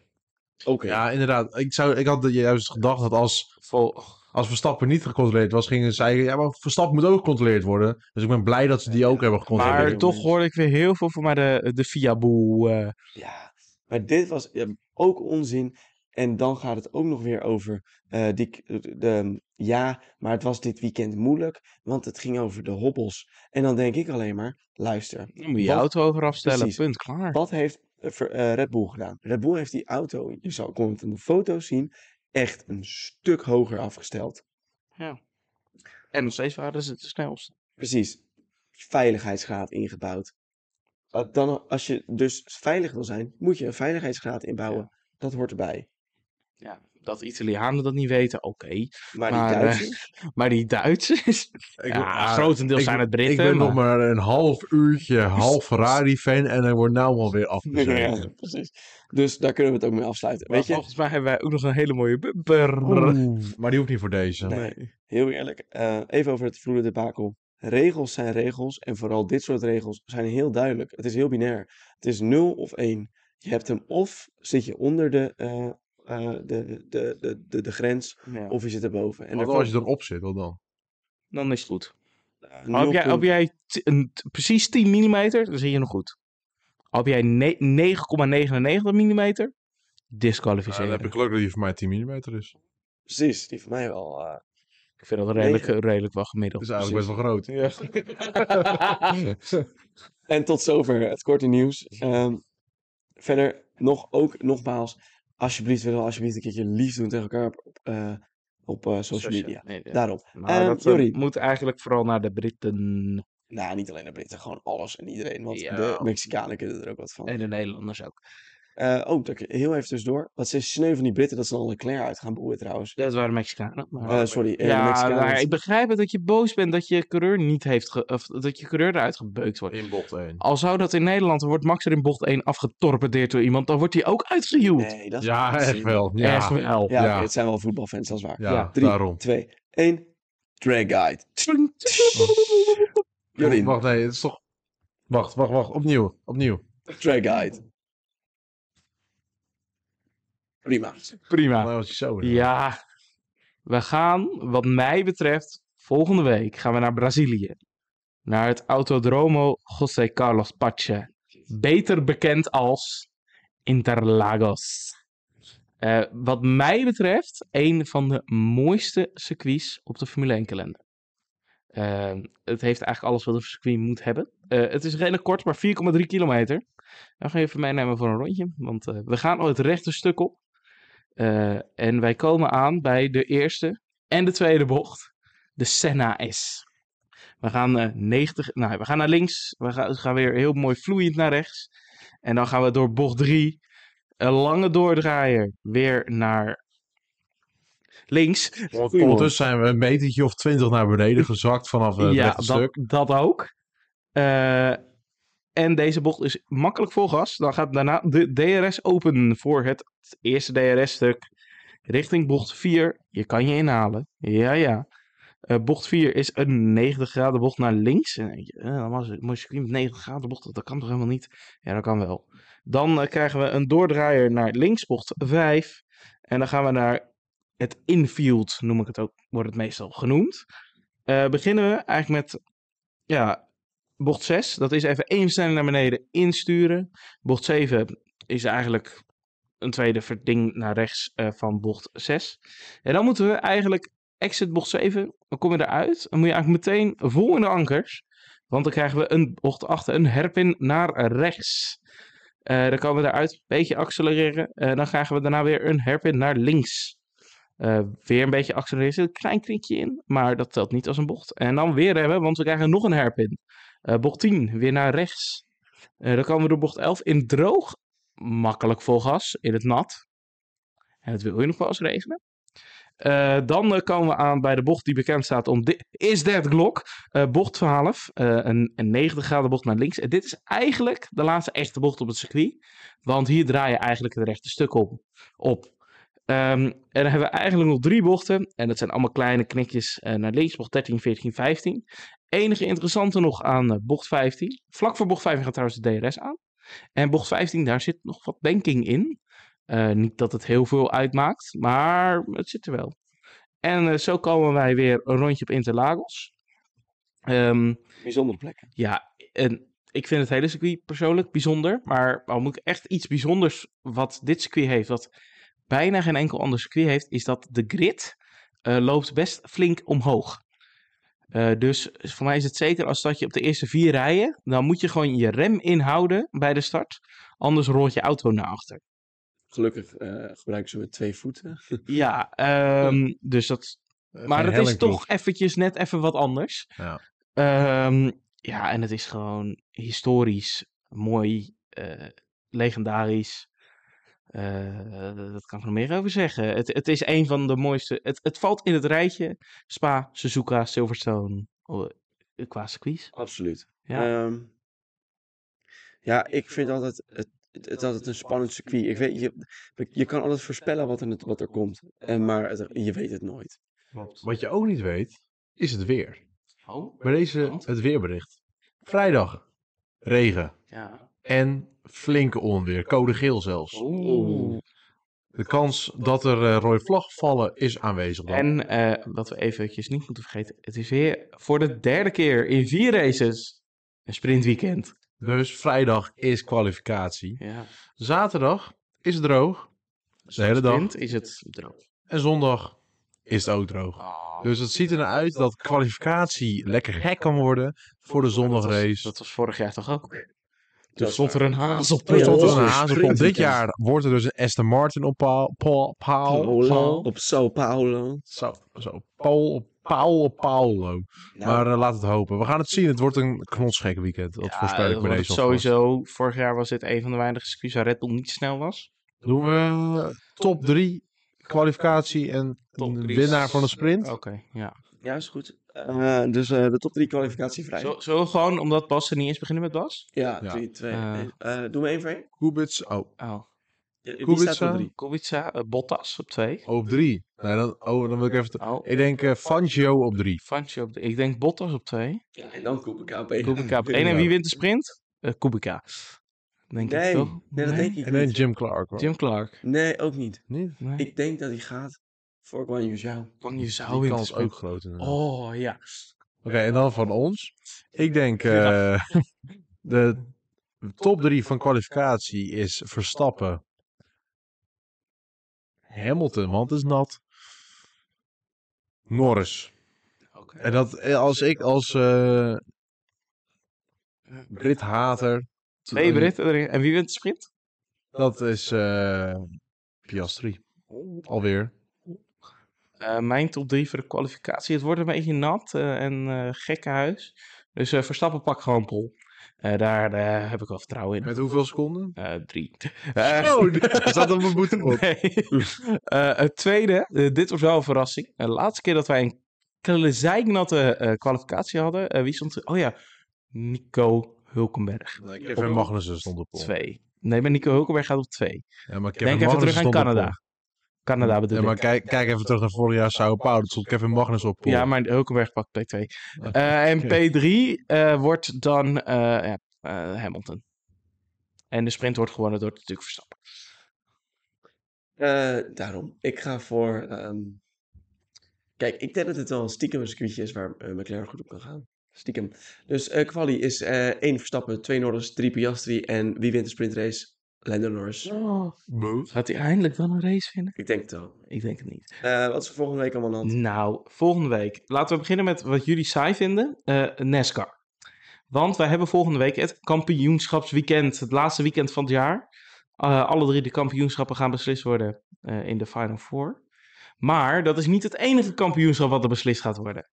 A: oké.
B: Ja, inderdaad. Ik, zou, ik had juist gedacht dat als,
C: Vol,
B: als Verstappen niet gecontroleerd was, gingen zij... Ja, maar Verstappen moet ook gecontroleerd worden. Dus ik ben blij dat ze die ook hebben gecontroleerd.
C: maar
A: jongens.
C: toch hoorde ik weer heel veel van mij de, de Fiaboe. eh,
A: Ja, maar dit was ja, ook onzin. En dan gaat het ook nog weer over eh, die, k- de, de- ja, maar het was dit weekend moeilijk, want het ging over de hobbels. En dan denk ik alleen maar, luister,
C: dan moet je je
A: Wat-
C: auto over afstellen,
A: Precies.
C: punt, klaar.
A: wat heeft eh, ver- eh, Red Bull gedaan? Red Bull heeft die auto, je zal, kon het in de foto's zien, echt een stuk hoger afgesteld.
C: En nog steeds waren ze de snelste.
A: Precies, veiligheidsgraad ingebouwd. Eh, Dan, als je dus veilig wil zijn, moet je een veiligheidsgraad inbouwen. Dat hoort erbij.
C: Ja, dat Italianen dat niet weten, oké.
A: Maar,
C: Maar,
A: die
C: eh,
A: Duitsers...
C: Maar die Duitsers,
B: Ik-
C: ja,
B: ah,
C: grotendeels
B: ik-
C: zijn het Britten.
B: Ik ben nog
C: maar-
B: maar een half uurtje half Ferrari-fan en hij wordt nou alweer afgezet.
A: Ja, eh, precies. Dus daar kunnen we het ook mee afsluiten.
C: Maar
A: Weet je,
C: volgens mij hebben wij ook nog een hele mooie bumper.
B: Oeh, maar die hoeft niet voor deze.
A: Nee. heel eerlijk, eh, even over het vloerendebakel. Regels zijn regels en vooral dit soort regels zijn heel duidelijk. Het is heel binair. Het is 0 of 1. Je hebt hem of zit je onder de, eh, eh, de, de, de, de, de grens
C: Ja,
A: of je zit erboven. En
B: En als je erop zit, wat dan?
C: Dan is het goed.
A: eh,
C: Maar heb jij,
A: 0,1
C: heb jij t- een, t- precies 10 mm, dan zit je nog goed. Heb jij ne- 9,99 mm,
B: Ja, dan
C: disqualificeren.
B: heb ik geluk dat die voor mij 10 mm is.
A: Precies, die van mij wel. eh,
C: Ik vind dat redelijk, redelijk wel gemiddeld.
B: Dat is eigenlijk best wel groot.
C: Ja.
A: En tot zover het korte nieuws. Ehm, verder nog ook nogmaals, alsjeblieft willen we alsjeblieft een keertje lief doen tegen elkaar op, op, eh, op eh, social media.
C: Nee, ja.
A: Daarom.
C: Maar
A: Ehm,
C: dat eh,
A: Jorrie.
C: moet eigenlijk vooral naar de Britten
A: Nou, niet alleen de Britten, gewoon alles en iedereen. Want
C: Ja.
A: de Mexicanen kunnen er ook wat van.
C: en de Nederlanders ook.
A: Eh, oh, dank je. heel even tussendoor. Wat ze sneu van die Britten dat ze dan Leclerc uit gaan boeien trouwens.
C: Dat waren Mexicanen. Maar...
A: Eh, sorry, eh, de
C: ja,
A: Mexicanen.
C: maar ik begrijp het dat je boos bent dat je coureur niet heeft ge- of dat je coureur eruit gebeukt wordt.
B: In bot 1.
C: Al zou dat in Nederland, dan wordt Max er in bocht 1 afgetorpedeerd door iemand, dan wordt hij ook uitgejuwd.
A: Nee, dat is
B: Ja,
A: niet te
B: echt
A: zien.
B: wel. Ja,
C: Echt wel.
A: Ja,
B: Ja.
A: oké, het zijn wel voetbalfans, dat is waar.
B: ja,
C: Ja.
A: Drie,
B: daarom.
A: twee, één. Drag Guide. Jorien,
B: Wacht, nee, het is toch... Wacht, wacht, wacht. Opnieuw, opnieuw.
A: Drag Guide. Prima.
C: Prima.
B: Nou, als je zo...
C: Ja, we gaan, wat mij betreft, volgende week gaan we naar Brazilië. Naar het Autodromo José Carlos Pache. Beter bekend als Interlagos. Eh, wat mij betreft, een van de mooiste circuits op de Formule 1 kalender. Eh, het heeft eigenlijk alles wat een circuit moet hebben. Eh, het is redelijk kort, maar 4,3 kilometer. Dan ga je even meenemen voor een rondje, want eh, we gaan al het rechte stuk op. Eh, en wij komen aan bij de eerste en de tweede bocht. De Senna S. We gaan, eh, 90, nou, we gaan naar links. We gaan, gaan weer heel mooi vloeiend naar rechts. En dan gaan we door bocht 3. Een lange doordraaier. Weer naar links.
B: Ondertussen zijn we een metertje of twintig naar beneden gezakt vanaf eh, het
C: ja,
B: rechte
C: dat,
B: stuk.
C: dat ook. Eh, en deze bocht is makkelijk vol gas. Dan gaat daarna de DRS open voor het eerste DRS-stuk. Richting bocht 4. Je kan je inhalen. Ja, ja. Eh, bocht 4 is een 90 graden bocht naar links. En dan denk je, eh, dan was het- moest je met 90 graden bocht, dat- dat kan toch helemaal niet? Ja, dat kan wel. Dan eh, krijgen we een doordraaier naar links, bocht 5. En dan gaan we naar het infield, noem ik het ook, wordt het meestal genoemd. Eh, beginnen we eigenlijk met ja, bocht 6. Dat is even één versnelling naar beneden insturen. Bocht 7 is eigenlijk een tweede verding naar rechts eh, van bocht 6. En dan moeten we eigenlijk exit bocht 7. Dan kom je eruit. Dan moet je eigenlijk meteen vol in de ankers. Want dan krijgen we een bocht achter, een herpin naar rechts. Eh, dan komen we eruit, een beetje accelereren. Eh, dan krijgen we daarna weer een herpin naar links. Eh, weer een beetje accelereren. Er zit een klein knikje in, maar dat telt niet als een bocht. En dan weer hebben, want we krijgen nog een herpin. Eh, bocht 10, weer naar rechts. Eh, dan komen we door bocht 11 in droog. Makkelijk vol gas, in het nat. En het wil je nog wel eens regenen. Eh, dan eh, komen we aan bij de bocht die bekend staat om... di- Is dat Glock? Eh, bocht 12, eh, een, een 90 graden bocht naar links. En dit is eigenlijk de laatste echte bocht op het circuit. Want hier draai je eigenlijk het rechte stuk op. op. Ehm, en dan hebben we eigenlijk nog drie bochten. En dat zijn allemaal kleine knikjes eh, naar links. Bocht 13, 14, 15. Enige interessante nog aan eh, bocht 15. Vlak voor bocht 15 gaat trouwens de DRS aan. En bocht 15, daar zit nog wat banking in. Eh, niet dat het heel veel uitmaakt, maar het zit er wel. En eh, zo komen wij weer een rondje op Interlagos. Ehm
A: Bijzondere plekken.
C: ja, en ik vind het hele circuit persoonlijk bijzonder. Maar al moet ik echt iets bijzonders wat dit circuit heeft, wat bijna geen enkel ander circuit heeft, is dat de grid eh, loopt best flink omhoog. Eh, dus voor mij is het zeker als dat je op de eerste vier rijen, dan moet je gewoon je rem inhouden bij de start. Anders rolt je auto naar achter.
A: Gelukkig eh, gebruiken ze met twee voeten.
C: Ja, ehm, dus dat Maar het is toch eventjes net even wat anders.
B: Ja.
C: Ehm, ja, en het is gewoon historisch, mooi, eh, legendarisch. Eh, dat kan ik er nog meer over zeggen. Het, het is een van de mooiste. Het, het valt in het rijtje Spa, Suzuka, Silverstone oh, eh, qua circuits.
A: Absoluut.
C: Ja.
A: Ja, Ehm, ja ik vind altijd het, het, het altijd een spannend circuit. Ik weet, je, je kan altijd voorspellen wat er, wat er komt, en, maar het- je weet het nooit.
B: Wat je ook niet weet, is het weer.
C: Oh,
B: Bij deze
C: Want?
B: het weerbericht. Vrijdag, regen
C: ja.
B: en flinke onweer. Code geel zelfs.
C: Oeh.
B: De kans dat er eh, rode vlag vallen is aanwezig dan.
C: En eh, wat we eventjes niet moeten vergeten: het is weer voor de derde keer in vier races een sprintweekend.
B: Dus vrijdag is kwalificatie.
C: Ja.
B: Zaterdag is het droog. De hele dag.
C: is het droog.
B: En zondag is het ook droog.
C: Oh,
B: Dus het ziet ernaar uit dat kwalificatie lekker gek kan worden voor de
C: was,
B: zondagrace.
C: dat was vorig jaar toch ook? Toen
B: Dus
A: Dat is
C: stond er een haas op.
A: Oh
B: Toen
A: ja,
B: stond er
A: dat
B: een
A: was
B: haas op.
A: een
B: Dit
A: sprintweekend.
B: jaar wordt er dus een Aston Martin op paal. paal, paal,
A: Paulo,
B: paal
A: op Sao Paulo.
B: zo, zo, paal op paal op Paolo. Maar eh, laat het hopen. We gaan het zien. Het wordt een knotsgek weekend. Dat voorspel ik
C: dat
B: bij
C: wordt
B: deze
C: het
B: alvast.
C: sowieso. Vorig jaar was dit een van de weinige circuits waar Red Bull niet snel was.
B: Doen we eh, top 3 kwalificatie en
C: Top drie.
B: winnaar van de sprint.
C: Oké, ja.
A: Ja, is goed. Eh, dus eh, de top 3 kwalificatie vrij.
C: Zo, zo gewoon, omdat Bas er niet eens beginnen met Bas?
A: Ja,
B: Ja.
A: 3, 2.
C: Eh.
A: Doen we één voor één?
B: Kubits oh,
C: Oh.
A: Ja, die
B: Kubica?
A: staat op 3.
C: Kubica, eh, Bottas op twee.
B: op 3. Nee, dan, oh, dan wil ik even... te-
C: Oh.
B: Ik denk eh, Fangio op 3.
C: Fangio op de, ik denk Bottas op twee.
A: Ja, en dan Kubica op één.
C: Kubica op
B: ik
C: één. En wie
B: ook.
C: wint de sprint? Eh, Kubica. Denk
A: Nee,
C: ik toch?
A: nee, dat denk ik
B: En dan
A: niet.
B: Jim Clark. Hoor.
C: Jim Clark.
A: Nee, ook niet.
B: Niet?
C: Nee.
A: Ik denk dat hij gaat voor Guan Yu Zhao.
C: Kwang je
B: Die
C: zou in de
B: kans
C: sprint.
B: ook groot. inderdaad.
C: Oh ja.
B: Oké, en dan van ons. Ik denk eh, de top 3 van kwalificatie is Verstappen. Hamilton, want het is nat. Norris.
C: Oké.
B: En dat eh, als ik als eh Brit-hater.
C: Twee Britten erin. En wie wint de sprint?
B: Dat is eh, Piastri. Alweer.
C: Eh, mijn top 3 voor de kwalificatie. Het wordt een beetje nat eh, en eh gekke huis. Dus eh, Verstappen pak gewoon Pol. Eh, daar eh, heb ik wel vertrouwen in.
B: Met hoeveel seconden?
C: Eh, drie. Eh,
B: Oh, dat staat op mijn boete.
C: nee. Eh, het tweede, eh, dit was wel een verrassing. Eh, de laatste keer dat wij een klezeiknatte eh kwalificatie hadden. eh, wie stond er? Oh ja, Nico Hulkenberg.
B: Kevin Magnussen stond op pol.
C: Twee. Nee, maar Nico Hulkenberg gaat op twee.
B: Ja, maar Kevin
C: Denk even terug aan
B: stond op
C: Canada. Canada
B: pol.
C: bedoel
B: Ja,
C: ik.
B: maar kijk, kijk even terug naar vorig jaar Sao Paulo. Dat stond Kevin Magnussen op pol.
C: Ja, maar Hulkenberg pakt P2.
B: Oké.
C: Eh, en P3 eh, wordt dan eh, ja, eh, Hamilton. En de sprint wordt gewonnen door natuurlijk Verstappen.
A: Eh, daarom. Ik ga voor. ehm, Kijk, ik denk dat het wel stiekem een circuitje is waar eh, McLaren goed op kan gaan. Stiekem. Dus eh Quali is eh één Verstappen, twee Norris, drie Piastri en wie wint de sprintrace? Lando Norris.
C: Gaat hij eindelijk wel een race vinden?
A: Ik denk het wel.
C: Ik denk het niet.
A: Eh, wat is er volgende week allemaal aan de hand?
C: Nou, volgende week. Laten we beginnen met wat jullie saai vinden. eh, NASCAR. Want wij hebben volgende week het kampioenschapsweekend. Het laatste weekend van het jaar. Eh, alle drie de kampioenschappen gaan beslist worden eh, in de Final Four. Maar dat is niet het enige kampioenschap wat er beslist gaat worden.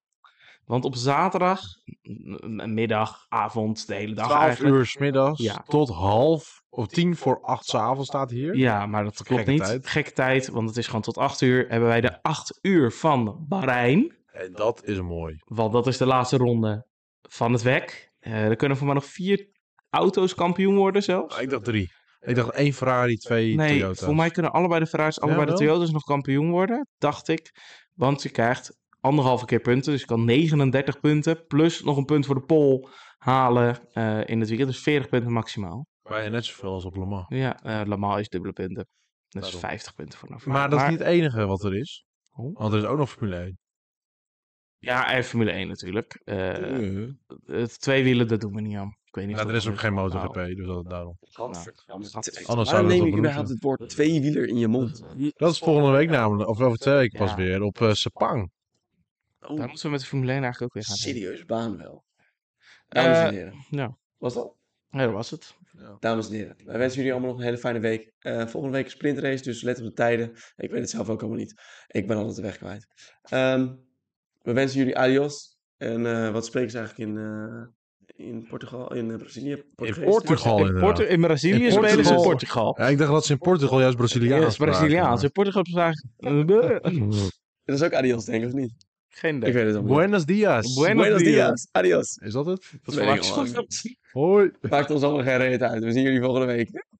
C: Want op zaterdag, m- m- middag, avond, de hele dag
B: 12
C: eigenlijk.
B: uur 's middags
C: Ja.
B: tot half of tien voor acht 's avonds staat hier.
C: Ja, maar dat klopt
B: Gekke
C: niet.
B: tijd.
C: Gekke tijd, want het is gewoon tot 8 uur. Hebben wij de 8 uur van Bahrein.
B: En dat is mooi.
C: Want dat is de laatste ronde van het WEC. Eh er kunnen voor mij nog vier auto's kampioen worden zelfs.
B: Ik dacht drie. Ik dacht één Ferrari, twee
C: Nee,
B: Toyota's.
C: voor mij kunnen allebei de Ferraris, allebei de
B: wel.
C: Toyotas nog kampioen worden, dacht ik. Want je krijgt anderhalve keer punten, dus je kan 39 punten plus nog een punt voor de pol halen eh, in het weekend. Dus 40 punten maximaal.
B: Bijna net zoveel als op Le Mans.
C: Ja, eh Lamar is dubbele punten. Dus
B: Daarom.
C: 50 punten voor Navarro.
B: Maar dat is niet het enige wat er is.
C: Oh.
B: Want er is ook nog Formule 1.
C: Ja, en Formule 1 natuurlijk. Eh
B: Ja,
C: het tweewielen, dat doen we niet aan. Ik weet niet of
B: Nou, er
C: dat Oh.
B: is ook
C: nog
B: geen MotoGP, dus dat daarom.
A: Gadverdamme.
C: Nou,
A: T-
B: Anders
A: Waarom
B: zouden we
A: neem
B: het
A: je
B: op
A: überhaupt
B: moeten.
A: het woord tweewieler in je mond?
B: Dat is volgende week namelijk, of over twee weken pas
C: Ja.
B: weer, op eh Sepang.
C: Daar
A: Oh,
C: moeten we met de Formule 1 eigenlijk ook weer gaan. heen.
A: serieus baan wel. Dames en
C: Eh,
A: heren.
C: nou.
A: Was dat?
C: Ja, dat was het.
A: Dames en heren, wij wensen jullie allemaal nog een hele fijne week. Eh, volgende week sprintrace, dus let op de tijden. Ik weet het zelf ook allemaal niet. Ik ben altijd de weg kwijt. Ehm, we wensen jullie adios. En eh, wat spreken ze eigenlijk in, eh, in Portugal, in eh, Brazilië?
B: In
A: Portugees?
B: Portugal
C: in,
B: inderdaad.
C: Portu- in Brazilië
B: In
C: spelen ze in
B: Portugal.
C: Portugal.
B: Ja, ik dacht dat ze in Portugal juist Braziliaans
C: Ja, is
B: spraken,
C: Braziliaans.
B: maar-
C: In Portugal vragen.
A: Dat is ook adios, denk ik, of niet?
C: Geen idee.
A: Ik weet het allemaal niet.
B: Buenos dias.
C: Buenos
A: Buenos
C: dias.
A: dias, adios.
B: Is dat het?
A: weet ik allemaal
C: Dat
A: niet. Maakt ons allemaal geen reet uit. We zien jullie volgende week.